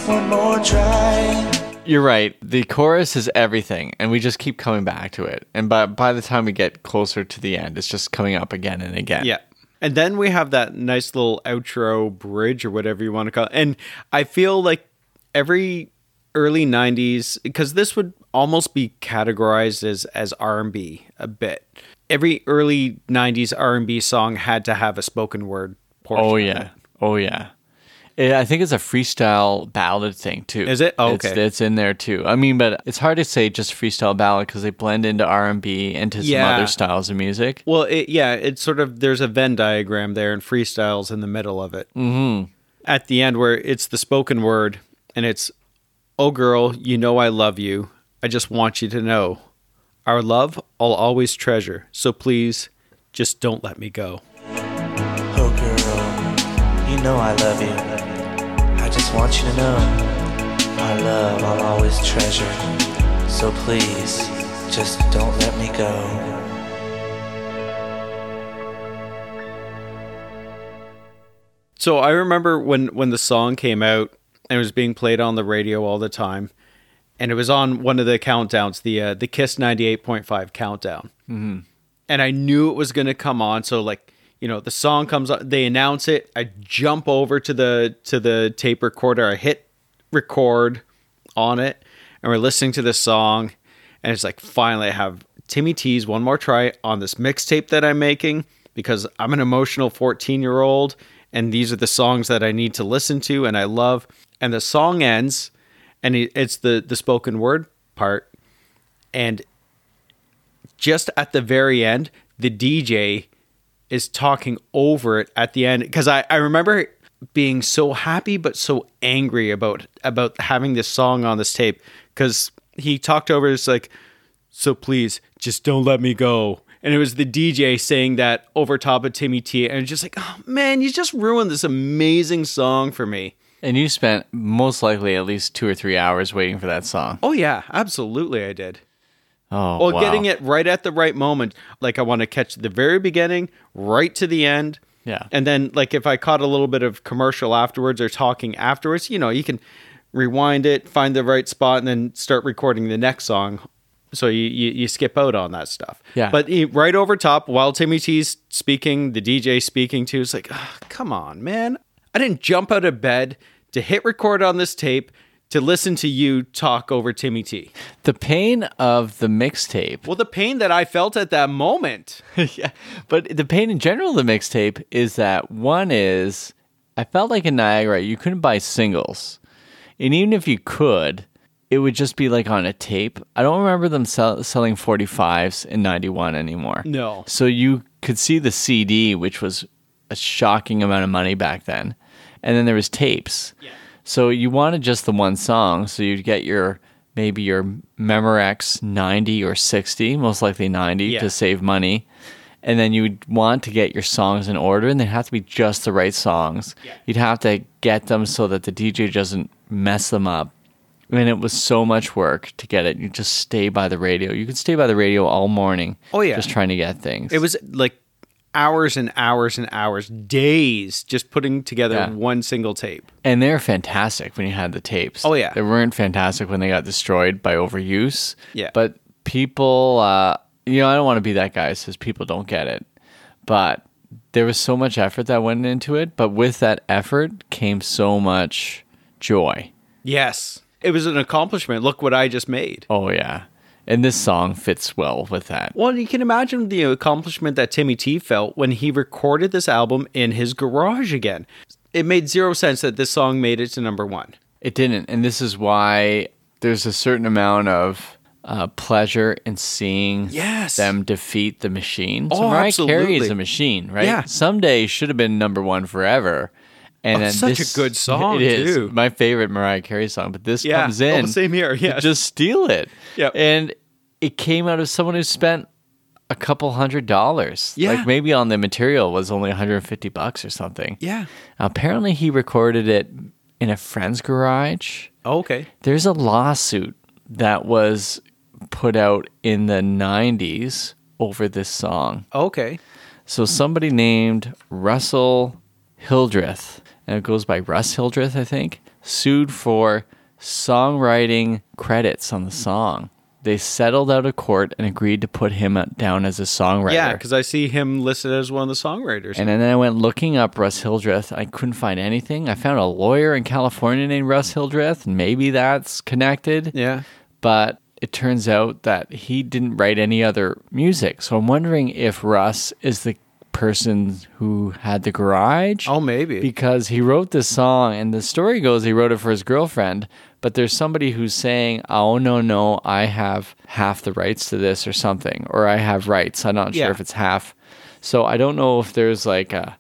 [SPEAKER 3] one more try?
[SPEAKER 1] You're right. The chorus is everything, and we just keep coming back to it. And by by the time we get closer to the end, it's just coming up again and again.
[SPEAKER 2] Yeah. And then we have that nice little outro bridge or whatever you want to call it. And I feel like every early 90s because this would almost be categorized as as R&B a bit. Every early 90s R&B song had to have a spoken word portion.
[SPEAKER 1] Oh
[SPEAKER 2] of
[SPEAKER 1] yeah.
[SPEAKER 2] it.
[SPEAKER 1] Oh yeah. It, I think it's a freestyle ballad thing too.
[SPEAKER 2] Is it? Oh,
[SPEAKER 1] It's,
[SPEAKER 2] okay.
[SPEAKER 1] it's in there too. I mean, but it's hard to say just freestyle ballad because they blend into R and B and to
[SPEAKER 2] Yeah.
[SPEAKER 1] some other styles of music.
[SPEAKER 2] Well, it, yeah, it's sort of there's a Venn diagram there, and freestyles in the middle of it. Mm-hmm. At the end, where it's the spoken word, and it's, "Oh girl, you know I love you. I just want you to know, our love I'll always treasure. So please, just don't let me go."
[SPEAKER 3] Oh girl, you know I love you. I just want you to know our love I'll always treasure. So please, just don't let me go.
[SPEAKER 2] So I remember when when the song came out and it was being played on the radio all the time, and it was on one of the countdowns, the uh, the Kiss ninety eight point five countdown, mm-hmm. and I knew it was going to come on. So like you know, the song comes on, they announce it. I jump over to the to the tape recorder, I hit record on it, and we're listening to this song, and it's like finally I have Timmy T's one more try on this mixtape that I'm making because I'm an emotional 14 year old and these are the songs that I need to listen to and I love. And the song ends and it- it's the the spoken word part and just at the very end the DJ is talking over it at the end because I, I remember being so happy but so angry about about having this song on this tape because he talked over it's like so please just don't let me go and it was the DJ saying that over top of Timmy T and it's just like oh man you just ruined this amazing song for me
[SPEAKER 1] And you spent most likely at least two or three hours waiting for that song.
[SPEAKER 2] oh yeah absolutely I did
[SPEAKER 1] Oh,
[SPEAKER 2] Well,
[SPEAKER 1] wow.
[SPEAKER 2] getting it right at the right moment. Like I want to catch the very beginning, right to the end.
[SPEAKER 1] Yeah.
[SPEAKER 2] And then like if I caught a little bit of commercial afterwards or talking afterwards, you know, you can rewind it, find the right spot, and then start recording the next song. So you you, you skip out on that stuff.
[SPEAKER 1] Yeah.
[SPEAKER 2] But eh, right over top, while Timmy T's speaking, the DJ speaking too, it's like, "Ah, come on, man. I didn't jump out of bed to hit record on this tape to listen to you talk over Timmy T.
[SPEAKER 1] the pain of the mixtape
[SPEAKER 2] Well, the pain that I felt at that moment.
[SPEAKER 1] [LAUGHS] yeah. But the pain in general of the mixtape is that one is I felt like in Niagara you couldn't buy singles. And even if you could, it would just be like on a tape. I don't remember them sell- selling 45s in 91 anymore.
[SPEAKER 2] No.
[SPEAKER 1] So you could see the CD, which was a shocking amount of money back then. And then there was tapes. So you wanted just the one song. So you'd get your maybe your Memorex 90 or 60, most likely 90
[SPEAKER 2] Yeah.
[SPEAKER 1] to save money. And then you would want to get your songs in order, and they have to be just the right songs. You'd have to get them so that the DJ doesn't mess them up. And it was so much work to get it. You just stay by the radio. You could stay by the radio all morning.
[SPEAKER 2] Oh, yeah.
[SPEAKER 1] Just trying to get things.
[SPEAKER 2] It was like hours and hours and hours, days just putting together
[SPEAKER 1] Yeah.
[SPEAKER 2] one single tape.
[SPEAKER 1] and they're fantastic when you had the tapes.
[SPEAKER 2] Oh, yeah.
[SPEAKER 1] they weren't fantastic when they got destroyed by overuse.
[SPEAKER 2] Yeah.
[SPEAKER 1] but people, uh, you know, I don't want to be that guy who says people don't get it, but there was so much effort that went into it. But with that effort came so much joy.
[SPEAKER 2] Yes. It was an accomplishment. Look what I just made.
[SPEAKER 1] Oh yeah, and this song fits well with that.
[SPEAKER 2] Well, you can imagine the accomplishment that Timmy T felt when he recorded this album in his garage again. It made zero sense that this song made it to number one.
[SPEAKER 1] It didn't. And this is why there's a certain amount of uh, pleasure in seeing
[SPEAKER 2] Yes.
[SPEAKER 1] them defeat the machine. So
[SPEAKER 2] Oh,
[SPEAKER 1] Mariah Carey
[SPEAKER 2] absolutely.
[SPEAKER 1] is a machine, right?
[SPEAKER 2] Yeah.
[SPEAKER 1] Someday should have been number one forever. And
[SPEAKER 2] Oh,
[SPEAKER 1] then
[SPEAKER 2] such a
[SPEAKER 1] this- [LAUGHS]
[SPEAKER 2] good song,
[SPEAKER 1] It is
[SPEAKER 2] too.
[SPEAKER 1] my favorite Mariah Carey song, but this
[SPEAKER 2] Yeah.
[SPEAKER 1] comes in.
[SPEAKER 2] Oh, same here,
[SPEAKER 1] to [LAUGHS]
[SPEAKER 2] yes.
[SPEAKER 1] Just steal it.
[SPEAKER 2] Yep.
[SPEAKER 1] And it came out of someone who spent a couple hundred dollars.
[SPEAKER 2] Yeah.
[SPEAKER 1] Like maybe on the material was only 150 bucks or something.
[SPEAKER 2] Yeah.
[SPEAKER 1] Apparently he recorded it in a friend's garage.
[SPEAKER 2] Oh, okay.
[SPEAKER 1] There's a lawsuit that was put out in the 90s over this song.
[SPEAKER 2] Okay.
[SPEAKER 1] So somebody named Russell Hildreth, and it goes by Russ Hildreth, I think, sued for songwriting credits on the song. They settled out of court and agreed to put him down as a songwriter.
[SPEAKER 2] Yeah, because I see him listed as one of the songwriters.
[SPEAKER 1] And then I went looking up Russ Hildreth. I couldn't find anything. I found a lawyer in California named Russ Hildreth. Maybe that's connected.
[SPEAKER 2] yeah.
[SPEAKER 1] But it turns out that he didn't write any other music. So I'm wondering if Russ is the person who had the garage.
[SPEAKER 2] Oh, maybe.
[SPEAKER 1] Because he wrote this song, and the story goes he wrote it for his girlfriend. But there's somebody who's saying, "Oh no, no, I have half the rights to this, or something, or I have rights." I'm not
[SPEAKER 2] Yeah.
[SPEAKER 1] sure if it's half. So I don't know if there's like a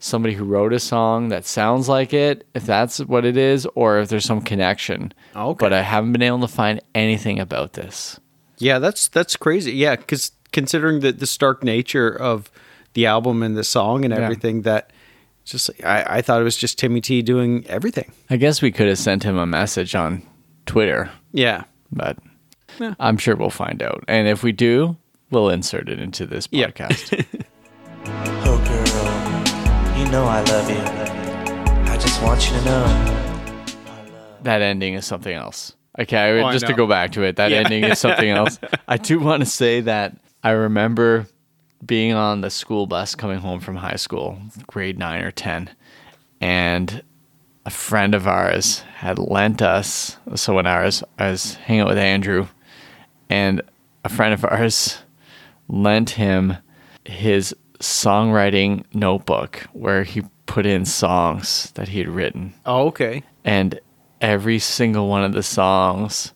[SPEAKER 1] somebody who wrote a song that sounds like it, if that's what it is, or if there's some connection.
[SPEAKER 2] Okay.
[SPEAKER 1] But I haven't been able to find anything about this.
[SPEAKER 2] Yeah, that's that's crazy. Yeah, because considering the the stark nature of the album and the song and everything, that just I, I thought it was just Timmy T doing everything.
[SPEAKER 1] I guess we could have sent him a message on Twitter,
[SPEAKER 2] Yeah,
[SPEAKER 1] but I'm sure we'll find out. And if we do, we'll insert it into this
[SPEAKER 2] Yeah.
[SPEAKER 1] podcast.
[SPEAKER 3] Oh, girl, you know I love you. I just want you to know.
[SPEAKER 1] that ending is something else. Okay, I,
[SPEAKER 2] Oh, I
[SPEAKER 1] just to
[SPEAKER 2] know.
[SPEAKER 1] go back to it, that ending is
[SPEAKER 2] [LAUGHS]
[SPEAKER 1] something else. I do want to say that I remember being on the school bus coming home from high school, grade nine or 10, and a friend of ours had lent us. So when I was, I was hanging out with Andrew, and a friend of ours lent him his songwriting notebook where he put in songs that he had written
[SPEAKER 2] Oh, okay.
[SPEAKER 1] and every single one of the songs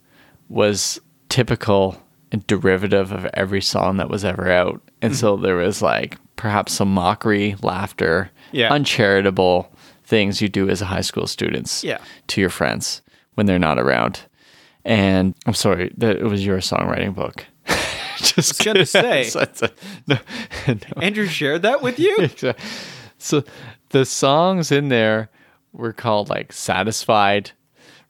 [SPEAKER 1] was typical and derivative of every song that was ever out. And
[SPEAKER 2] Mm-hmm.
[SPEAKER 1] so there was like perhaps some mockery, laughter,
[SPEAKER 2] Yeah.
[SPEAKER 1] uncharitable things you do as a high school students
[SPEAKER 2] Yeah.
[SPEAKER 1] to your friends when they're not around. And I'm sorry that it was your songwriting book. [LAUGHS] Just
[SPEAKER 2] gonna
[SPEAKER 1] [LAUGHS]
[SPEAKER 2] say.
[SPEAKER 1] So it's a- no, no.
[SPEAKER 2] Andrew shared that with [LAUGHS] you.
[SPEAKER 1] So- so the songs in there were called like satisfied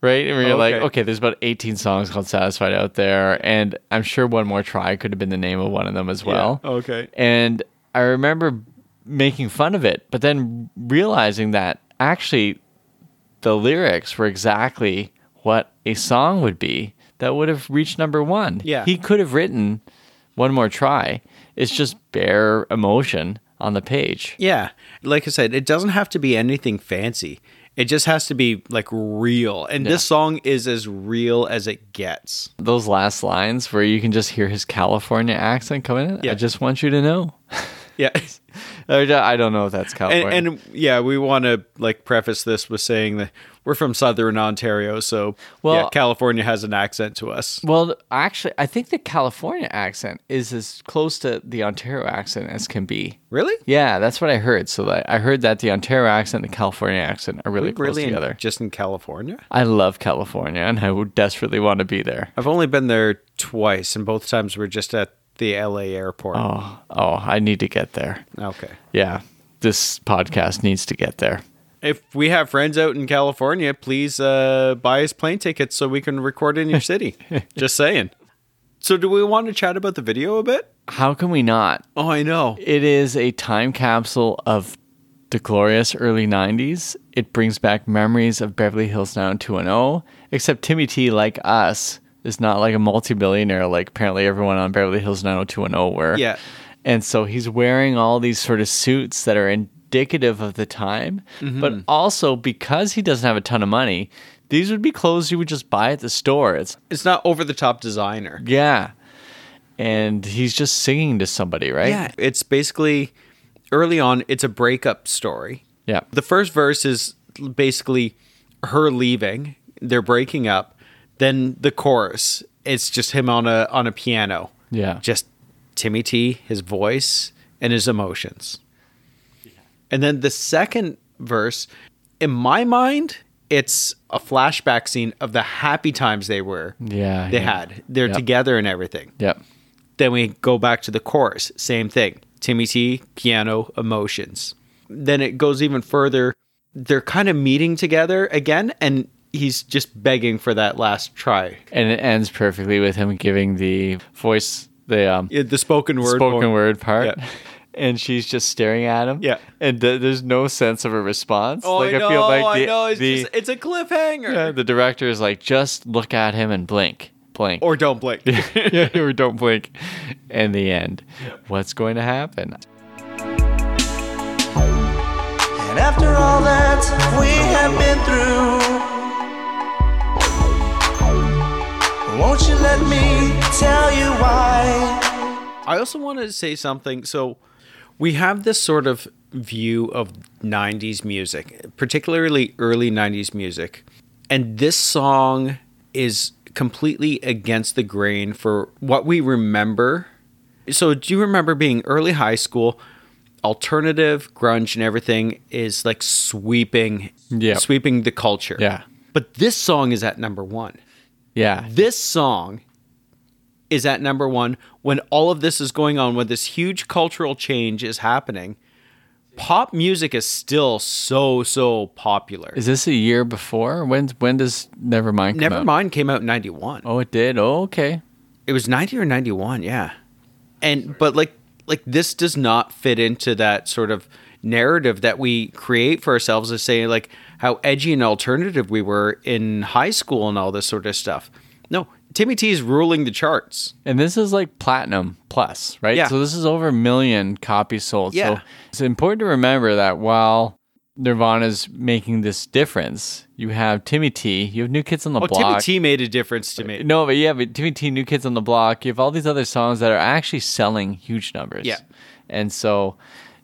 [SPEAKER 1] right and we were like
[SPEAKER 2] Okay.
[SPEAKER 1] okay there's about 18 songs called satisfied out there and i'm sure one more try could have been the name of one of them as well
[SPEAKER 2] okay.
[SPEAKER 1] and i remember making fun of it but then realizing that actually the lyrics were exactly what a song would be that would have reached number one
[SPEAKER 2] Yeah.
[SPEAKER 1] he could have written one more try it's just bare emotion on the page
[SPEAKER 2] Yeah, like I said, it doesn't have to be anything fancy. It just has to be like real, and this song is as real as it gets.
[SPEAKER 1] those last lines where you can just hear his California accent coming in.
[SPEAKER 2] Yeah.
[SPEAKER 1] I just want you to know.
[SPEAKER 2] Yeah.
[SPEAKER 1] Or, uh, I don't know if that's California.
[SPEAKER 2] And, and yeah, we want to like preface this with saying that we're from Southern Ontario, so yeah,
[SPEAKER 1] Well-
[SPEAKER 2] California has an accent to us.
[SPEAKER 1] well, actually, I think the California accent is as close to the Ontario accent as can be.
[SPEAKER 2] Really?
[SPEAKER 1] Yeah, that's what I heard. So like, I heard that the Ontario accent and the California accent are really close
[SPEAKER 2] really? in-
[SPEAKER 1] together.
[SPEAKER 2] Just in California?
[SPEAKER 1] I love California and I would desperately want to be there.
[SPEAKER 2] I've only been there twice, and both times we're just at the LA airport.
[SPEAKER 1] Oh, oh, I need to get there.
[SPEAKER 2] Okay.
[SPEAKER 1] Yeah, this podcast needs to get there.
[SPEAKER 2] If we have friends out in California, please uh, buy us plane tickets so we can record in your city. just saying. So, do we want to chat about the video a bit?
[SPEAKER 1] How can we not?
[SPEAKER 2] Oh, I know.
[SPEAKER 1] It is a time capsule of the glorious early 90s. It brings back memories of Beverly Hills 90210, except Timmy T, like us, is not like a multi-billionaire like apparently everyone on Beverly Hills 90210 were.
[SPEAKER 2] Yeah.
[SPEAKER 1] And so he's wearing all these sort of suits that are indicative of the time,
[SPEAKER 2] Mm-hmm.
[SPEAKER 1] but also because he doesn't have a ton of money, these would be clothes you would just buy at the store. It's
[SPEAKER 2] It's not over the top designer.
[SPEAKER 1] yeah. And he's just singing to somebody, right?
[SPEAKER 2] Yeah, it's basically early on. It's a breakup story.
[SPEAKER 1] Yeah.
[SPEAKER 2] The first verse is basically her leaving. They're breaking up. Then the chorus. It's just him on a on a piano.
[SPEAKER 1] Yeah.
[SPEAKER 2] Just Timmy T, his voice and his emotions. And then the second verse in my mind, it's a flashback scene of the happy times they were.
[SPEAKER 1] Yeah,
[SPEAKER 2] They
[SPEAKER 1] yeah.
[SPEAKER 2] had. They're
[SPEAKER 1] Yep.
[SPEAKER 2] together and everything.
[SPEAKER 1] Yep.
[SPEAKER 2] Then we go back to the chorus. Same thing. Timmy T, Keanu, emotions. Then it goes even further. They're kind of meeting together again, and he's just begging for that last try.
[SPEAKER 1] And it ends perfectly with him giving the voice, the um,
[SPEAKER 2] Yeah, The spoken word.
[SPEAKER 1] spoken
[SPEAKER 2] poem.
[SPEAKER 1] word part.
[SPEAKER 2] Yeah.
[SPEAKER 1] [LAUGHS] And she's just staring at him.
[SPEAKER 2] Yeah.
[SPEAKER 1] And th- there's no sense of a response.
[SPEAKER 2] Oh, I know. I know. It's,
[SPEAKER 1] the,
[SPEAKER 2] just, it's a cliffhanger.
[SPEAKER 1] yeah, the director is like, just look at him and blink, blink.
[SPEAKER 2] Or don't blink.
[SPEAKER 1] [LAUGHS] yeah, or don't blink. In the end, what's going to happen?
[SPEAKER 3] And after all that we have been through, won't you let me tell you why?
[SPEAKER 2] I also wanted to say something. So we have this sort of view of 90s music, particularly early 90s music. And this song is completely against the grain for what we remember. So do you remember being early high school? Alternative grunge and everything is like sweeping,
[SPEAKER 1] Yeah.
[SPEAKER 2] sweeping the culture.
[SPEAKER 1] Yeah.
[SPEAKER 2] But this song is at number one
[SPEAKER 1] Yeah.
[SPEAKER 2] this song is at number one when all of this is going on, when this huge cultural change is happening. Pop music is still so so popular.
[SPEAKER 1] Is this a year before? When when does Nevermind come out?
[SPEAKER 2] Nevermind came out in ninety one.
[SPEAKER 1] Oh, it did. Oh, okay.
[SPEAKER 2] It was ninety or ninety one, yeah. And but like like this does not fit into that sort of narrative that we create for ourselves of saying like how edgy and alternative we were in high school and all this sort of stuff. No, Timmy T is ruling the charts.
[SPEAKER 1] And this is like platinum plus, right?
[SPEAKER 2] Yeah.
[SPEAKER 1] So this is over a million copies sold.
[SPEAKER 2] Yeah.
[SPEAKER 1] So it's important to remember that while Nirvana's making this difference, you have Timmy T, you have New Kids on the
[SPEAKER 2] Oh, Timmy
[SPEAKER 1] Block.
[SPEAKER 2] T made a difference to me.
[SPEAKER 1] No, but yeah, but Timmy T, New Kids on the Block, you have all these other songs that are actually selling huge numbers.
[SPEAKER 2] Yeah.
[SPEAKER 1] And so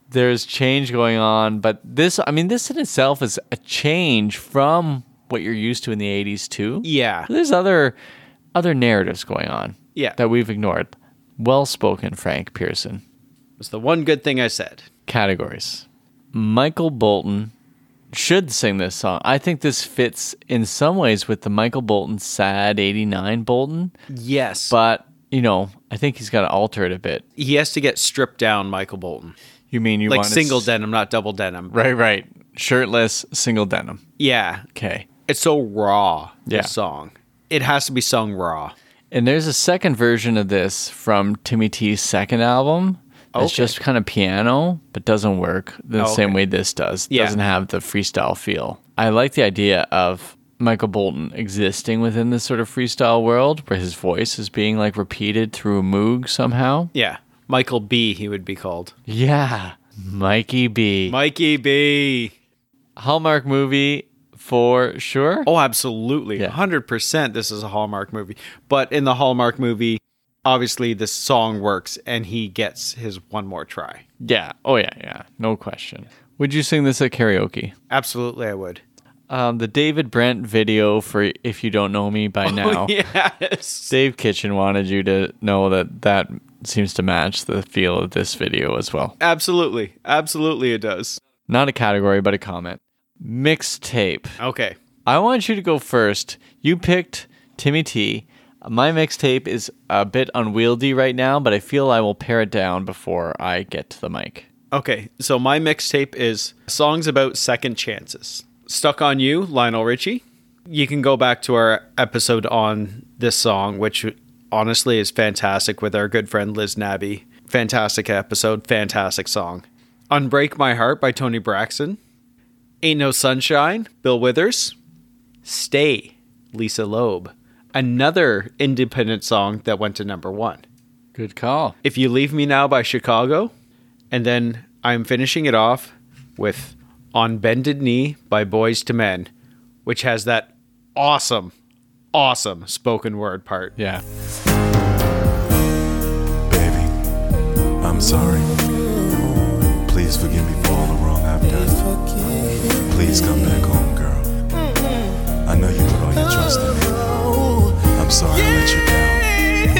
[SPEAKER 1] there's change going on. But this, I mean, this in itself is a change from what you're used to in the 80s, too.
[SPEAKER 2] Yeah.
[SPEAKER 1] So there's other other narratives going on.
[SPEAKER 2] Yeah.
[SPEAKER 1] That we've ignored. Well spoken, Frank Pearson.
[SPEAKER 2] It's the one good thing I said.
[SPEAKER 1] Categories. Michael Bolton should sing this song. I think this fits in some ways with the Michael Bolton sad 89 Bolton,
[SPEAKER 2] Yes. But
[SPEAKER 1] but you know, I think he's got to alter it a bit.
[SPEAKER 2] he has to get stripped down, Michael Bolton.
[SPEAKER 1] You mean you
[SPEAKER 2] Like
[SPEAKER 1] want
[SPEAKER 2] single
[SPEAKER 1] denim?
[SPEAKER 2] denim, not double denim.
[SPEAKER 1] Right, right. Shirtless, single denim.
[SPEAKER 2] Yeah.
[SPEAKER 1] Okay.
[SPEAKER 2] It's so raw, the
[SPEAKER 1] Yeah.
[SPEAKER 2] song. It has to be sung raw.
[SPEAKER 1] And there's a second version of this from Timmy T's second album. It's
[SPEAKER 2] Okay. Oh,
[SPEAKER 1] just kind of piano, but doesn't work the
[SPEAKER 2] Okay.
[SPEAKER 1] same way this does.
[SPEAKER 2] Yeah.
[SPEAKER 1] Doesn't have the freestyle feel. I like the idea of Michael Bolton existing within this sort of freestyle world where his voice is being like repeated through a moog somehow.
[SPEAKER 2] Yeah. Michael B, he would be called.
[SPEAKER 1] Yeah. Mikey B.
[SPEAKER 2] Mikey B.
[SPEAKER 1] Hallmark movie for sure.
[SPEAKER 2] Oh, absolutely.
[SPEAKER 1] Yeah.
[SPEAKER 2] 100% this is a Hallmark movie. But in the Hallmark movie, obviously this song works and he gets his one more try.
[SPEAKER 1] Yeah. Oh, yeah. Yeah. No question. Would you sing this at karaoke?
[SPEAKER 2] Absolutely, I would.
[SPEAKER 1] Um, the David Brent video for If You Don't Know Me By Now.
[SPEAKER 2] [LAUGHS] Yes.
[SPEAKER 1] Dave Kitchen wanted you to know that that seems to match the feel of this video as well.
[SPEAKER 2] Absolutely. Absolutely, it does.
[SPEAKER 1] Not a category, but a comment. Mixtape.
[SPEAKER 2] Okay.
[SPEAKER 1] I want you to go first. You picked Timmy T. My mixtape is a bit unwieldy right now, but I feel I will pare it down before I get to the mic.
[SPEAKER 2] Okay, so my mixtape is songs about second chances. Stuck on You, Lionel Richie. You can go back to our episode on this song, which honestly is fantastic with our good friend Liz Nabby. Fantastic episode, fantastic song. Unbreak My Heart by Tony Braxton. Ain't No Sunshine, Bill Withers. Stay, Lisa Loeb. Another independent song that went to number one.
[SPEAKER 1] Good call.
[SPEAKER 2] If You Leave Me Now by Chicago. And then I'm finishing it off with On Bended Knee by Boys to Men, which has that awesome, awesome spoken word part.
[SPEAKER 1] Yeah.
[SPEAKER 4] Baby, I'm sorry. Please forgive me for all the wrong I've done. Please come back home, girl. I know you put all your trust in me. I'm sorry I let you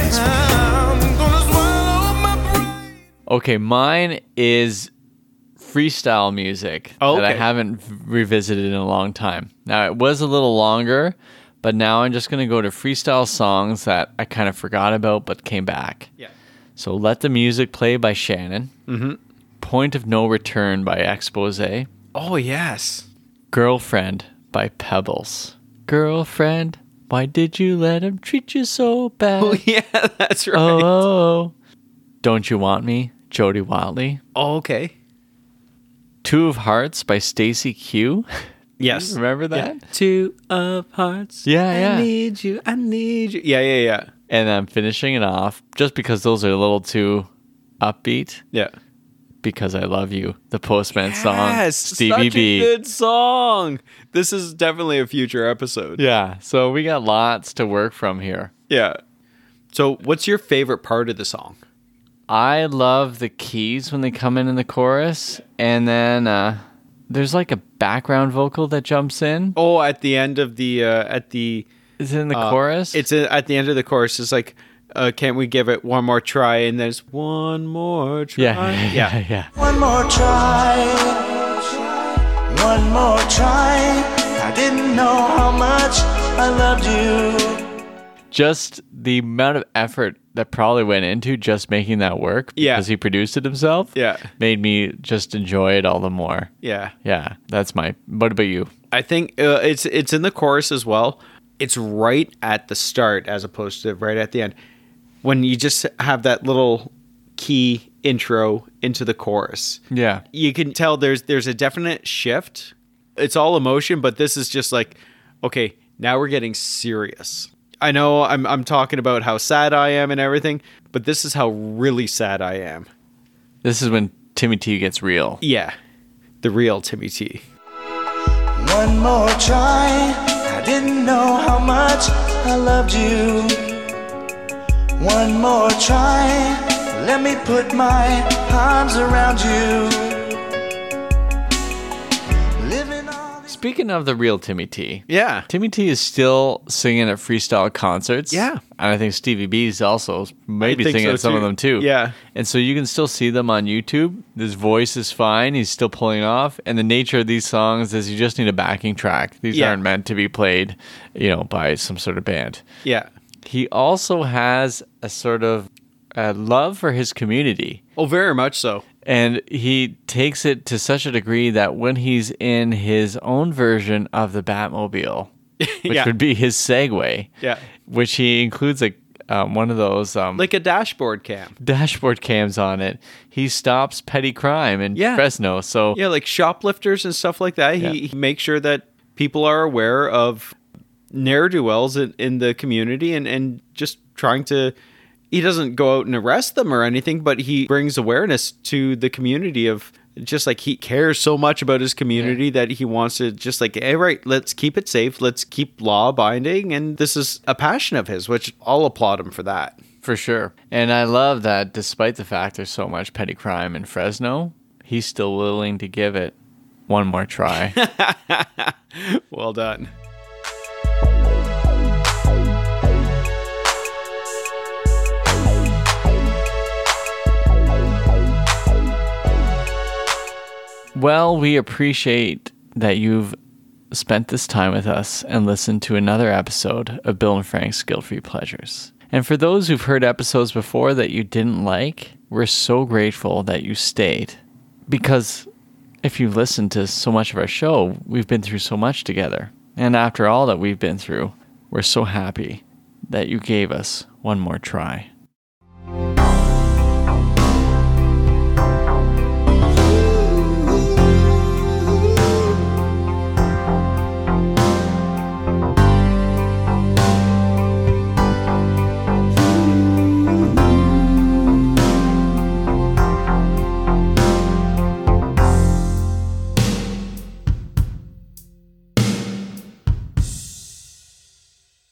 [SPEAKER 4] down. Please forgive me.
[SPEAKER 1] Okay, mine is freestyle music
[SPEAKER 2] Oh,
[SPEAKER 1] that I
[SPEAKER 2] okay.
[SPEAKER 1] haven't v- revisited in a long time. Now it was a little longer, but now I'm just gonna go to freestyle songs that I kind of forgot about but came back.
[SPEAKER 2] Yeah.
[SPEAKER 1] So let the music play by Shannon. Mm-hmm. Point of No Return by Expose.
[SPEAKER 2] Oh yes. [LAUGHS]
[SPEAKER 1] Girlfriend by Pebbles. Girlfriend, why did you let him treat you so bad?
[SPEAKER 2] [LAUGHS] Oh yeah, that's right.
[SPEAKER 1] Oh, oh, oh. Don't You Want Me, Jody Watley.
[SPEAKER 2] oh okay.
[SPEAKER 1] Two of Hearts by Stacy Q. [LAUGHS]
[SPEAKER 2] Yes.
[SPEAKER 1] Remember that?
[SPEAKER 2] Two of hearts.
[SPEAKER 1] Yeah, yeah.
[SPEAKER 2] I need you. I need you. Yeah, yeah, yeah.
[SPEAKER 1] And I'm finishing it off just because those are a little too upbeat
[SPEAKER 2] Yeah.
[SPEAKER 1] because I love you. The Postman song,
[SPEAKER 2] Yes,
[SPEAKER 1] Stevie
[SPEAKER 2] such
[SPEAKER 1] B.
[SPEAKER 2] A good song. This is definitely a future episode.
[SPEAKER 1] yeah, so we got lots to work from here.
[SPEAKER 2] Yeah. So, what's your favorite part of the song?
[SPEAKER 1] I love the keys when they come in in the chorus, and then uh, there's like a background vocal that jumps in.
[SPEAKER 2] Oh, at the end of the uh, at the
[SPEAKER 1] Is it in the
[SPEAKER 2] uh,
[SPEAKER 1] chorus?
[SPEAKER 2] It's uh at the end of the chorus. It's like, uh, can't we give it one more try? And there's one more try.
[SPEAKER 1] yeah, yeah, yeah,
[SPEAKER 2] [LAUGHS] yeah.
[SPEAKER 1] [LAUGHS] yeah.
[SPEAKER 3] One more try. One more try. I didn't know how much I loved you.
[SPEAKER 1] Just the amount of effort that probably went into just making that work
[SPEAKER 2] Yeah.
[SPEAKER 1] because he produced it himself.
[SPEAKER 2] Yeah.
[SPEAKER 1] made me just enjoy it all the more.
[SPEAKER 2] yeah.
[SPEAKER 1] Yeah, that's my. What about you?
[SPEAKER 2] I think uh, it's it's in the chorus as well. It's right at the start as opposed to right at the end. When you just have that little key intro into the chorus.
[SPEAKER 1] Yeah,
[SPEAKER 2] You can tell there's there's a definite shift. It's all emotion, but this is just like okay, now we're getting serious. I know I'm I'm talking about how sad I am and everything, but this is how really sad I am.
[SPEAKER 1] this is when Timmy T gets real.
[SPEAKER 2] Yeah. The real Timmy T.
[SPEAKER 3] One more try. I didn't know how much I loved you. One more try. Let me put my arms around you. Living all these
[SPEAKER 1] Speaking of the real Timmy T,
[SPEAKER 2] Yeah.
[SPEAKER 1] Timmy T is still singing at freestyle concerts.
[SPEAKER 2] Yeah.
[SPEAKER 1] And I think Stevie B's also maybe
[SPEAKER 2] I think
[SPEAKER 1] singing
[SPEAKER 2] so
[SPEAKER 1] at some
[SPEAKER 2] too.
[SPEAKER 1] of them too.
[SPEAKER 2] Yeah.
[SPEAKER 1] And so you can still see them on YouTube. His voice is fine. He's still pulling off. And the nature of these songs is you just need a backing track. These
[SPEAKER 2] Yeah.
[SPEAKER 1] aren't meant to be played, you know, by some sort of band.
[SPEAKER 2] Yeah.
[SPEAKER 1] He also has a sort of uh love for his community.
[SPEAKER 2] Oh, very much so.
[SPEAKER 1] And he takes it to such a degree that when he's in his own version of the
[SPEAKER 2] [LAUGHS]
[SPEAKER 1] Batmobile, which
[SPEAKER 2] Yeah.
[SPEAKER 1] would be his Segway,
[SPEAKER 2] Yeah.
[SPEAKER 1] which he includes a um, one of those um,
[SPEAKER 2] Like a dashboard cam.
[SPEAKER 1] dashboard cams on it, he stops petty crime in
[SPEAKER 2] Yeah.
[SPEAKER 1] Fresno. So
[SPEAKER 2] Yeah, like shoplifters and stuff like that.
[SPEAKER 1] Yeah.
[SPEAKER 2] He, he makes sure that people are aware of ne'er do wells in, in the community and, and just trying to. He doesn't go out and arrest them or anything, but he brings awareness to the community of just like he cares so much about his community that he wants to just like, hey, right, let's keep it safe. Let's keep law abiding. And this is a passion of his, which I'll applaud him for that.
[SPEAKER 1] for sure. And I love that despite the fact there's so much petty crime in Fresno, he's still willing to give it one more try.
[SPEAKER 2] Well done.
[SPEAKER 1] Well, we appreciate that you've spent this time with us and listened to another episode of Bill and Frank's Guilt Free Pleasures. And for those who've heard episodes before that you didn't like, we're so grateful that you stayed. Because if you've listened to so much of our show, we've been through so much together. And after all that we've been through, we're so happy that you gave us one more try.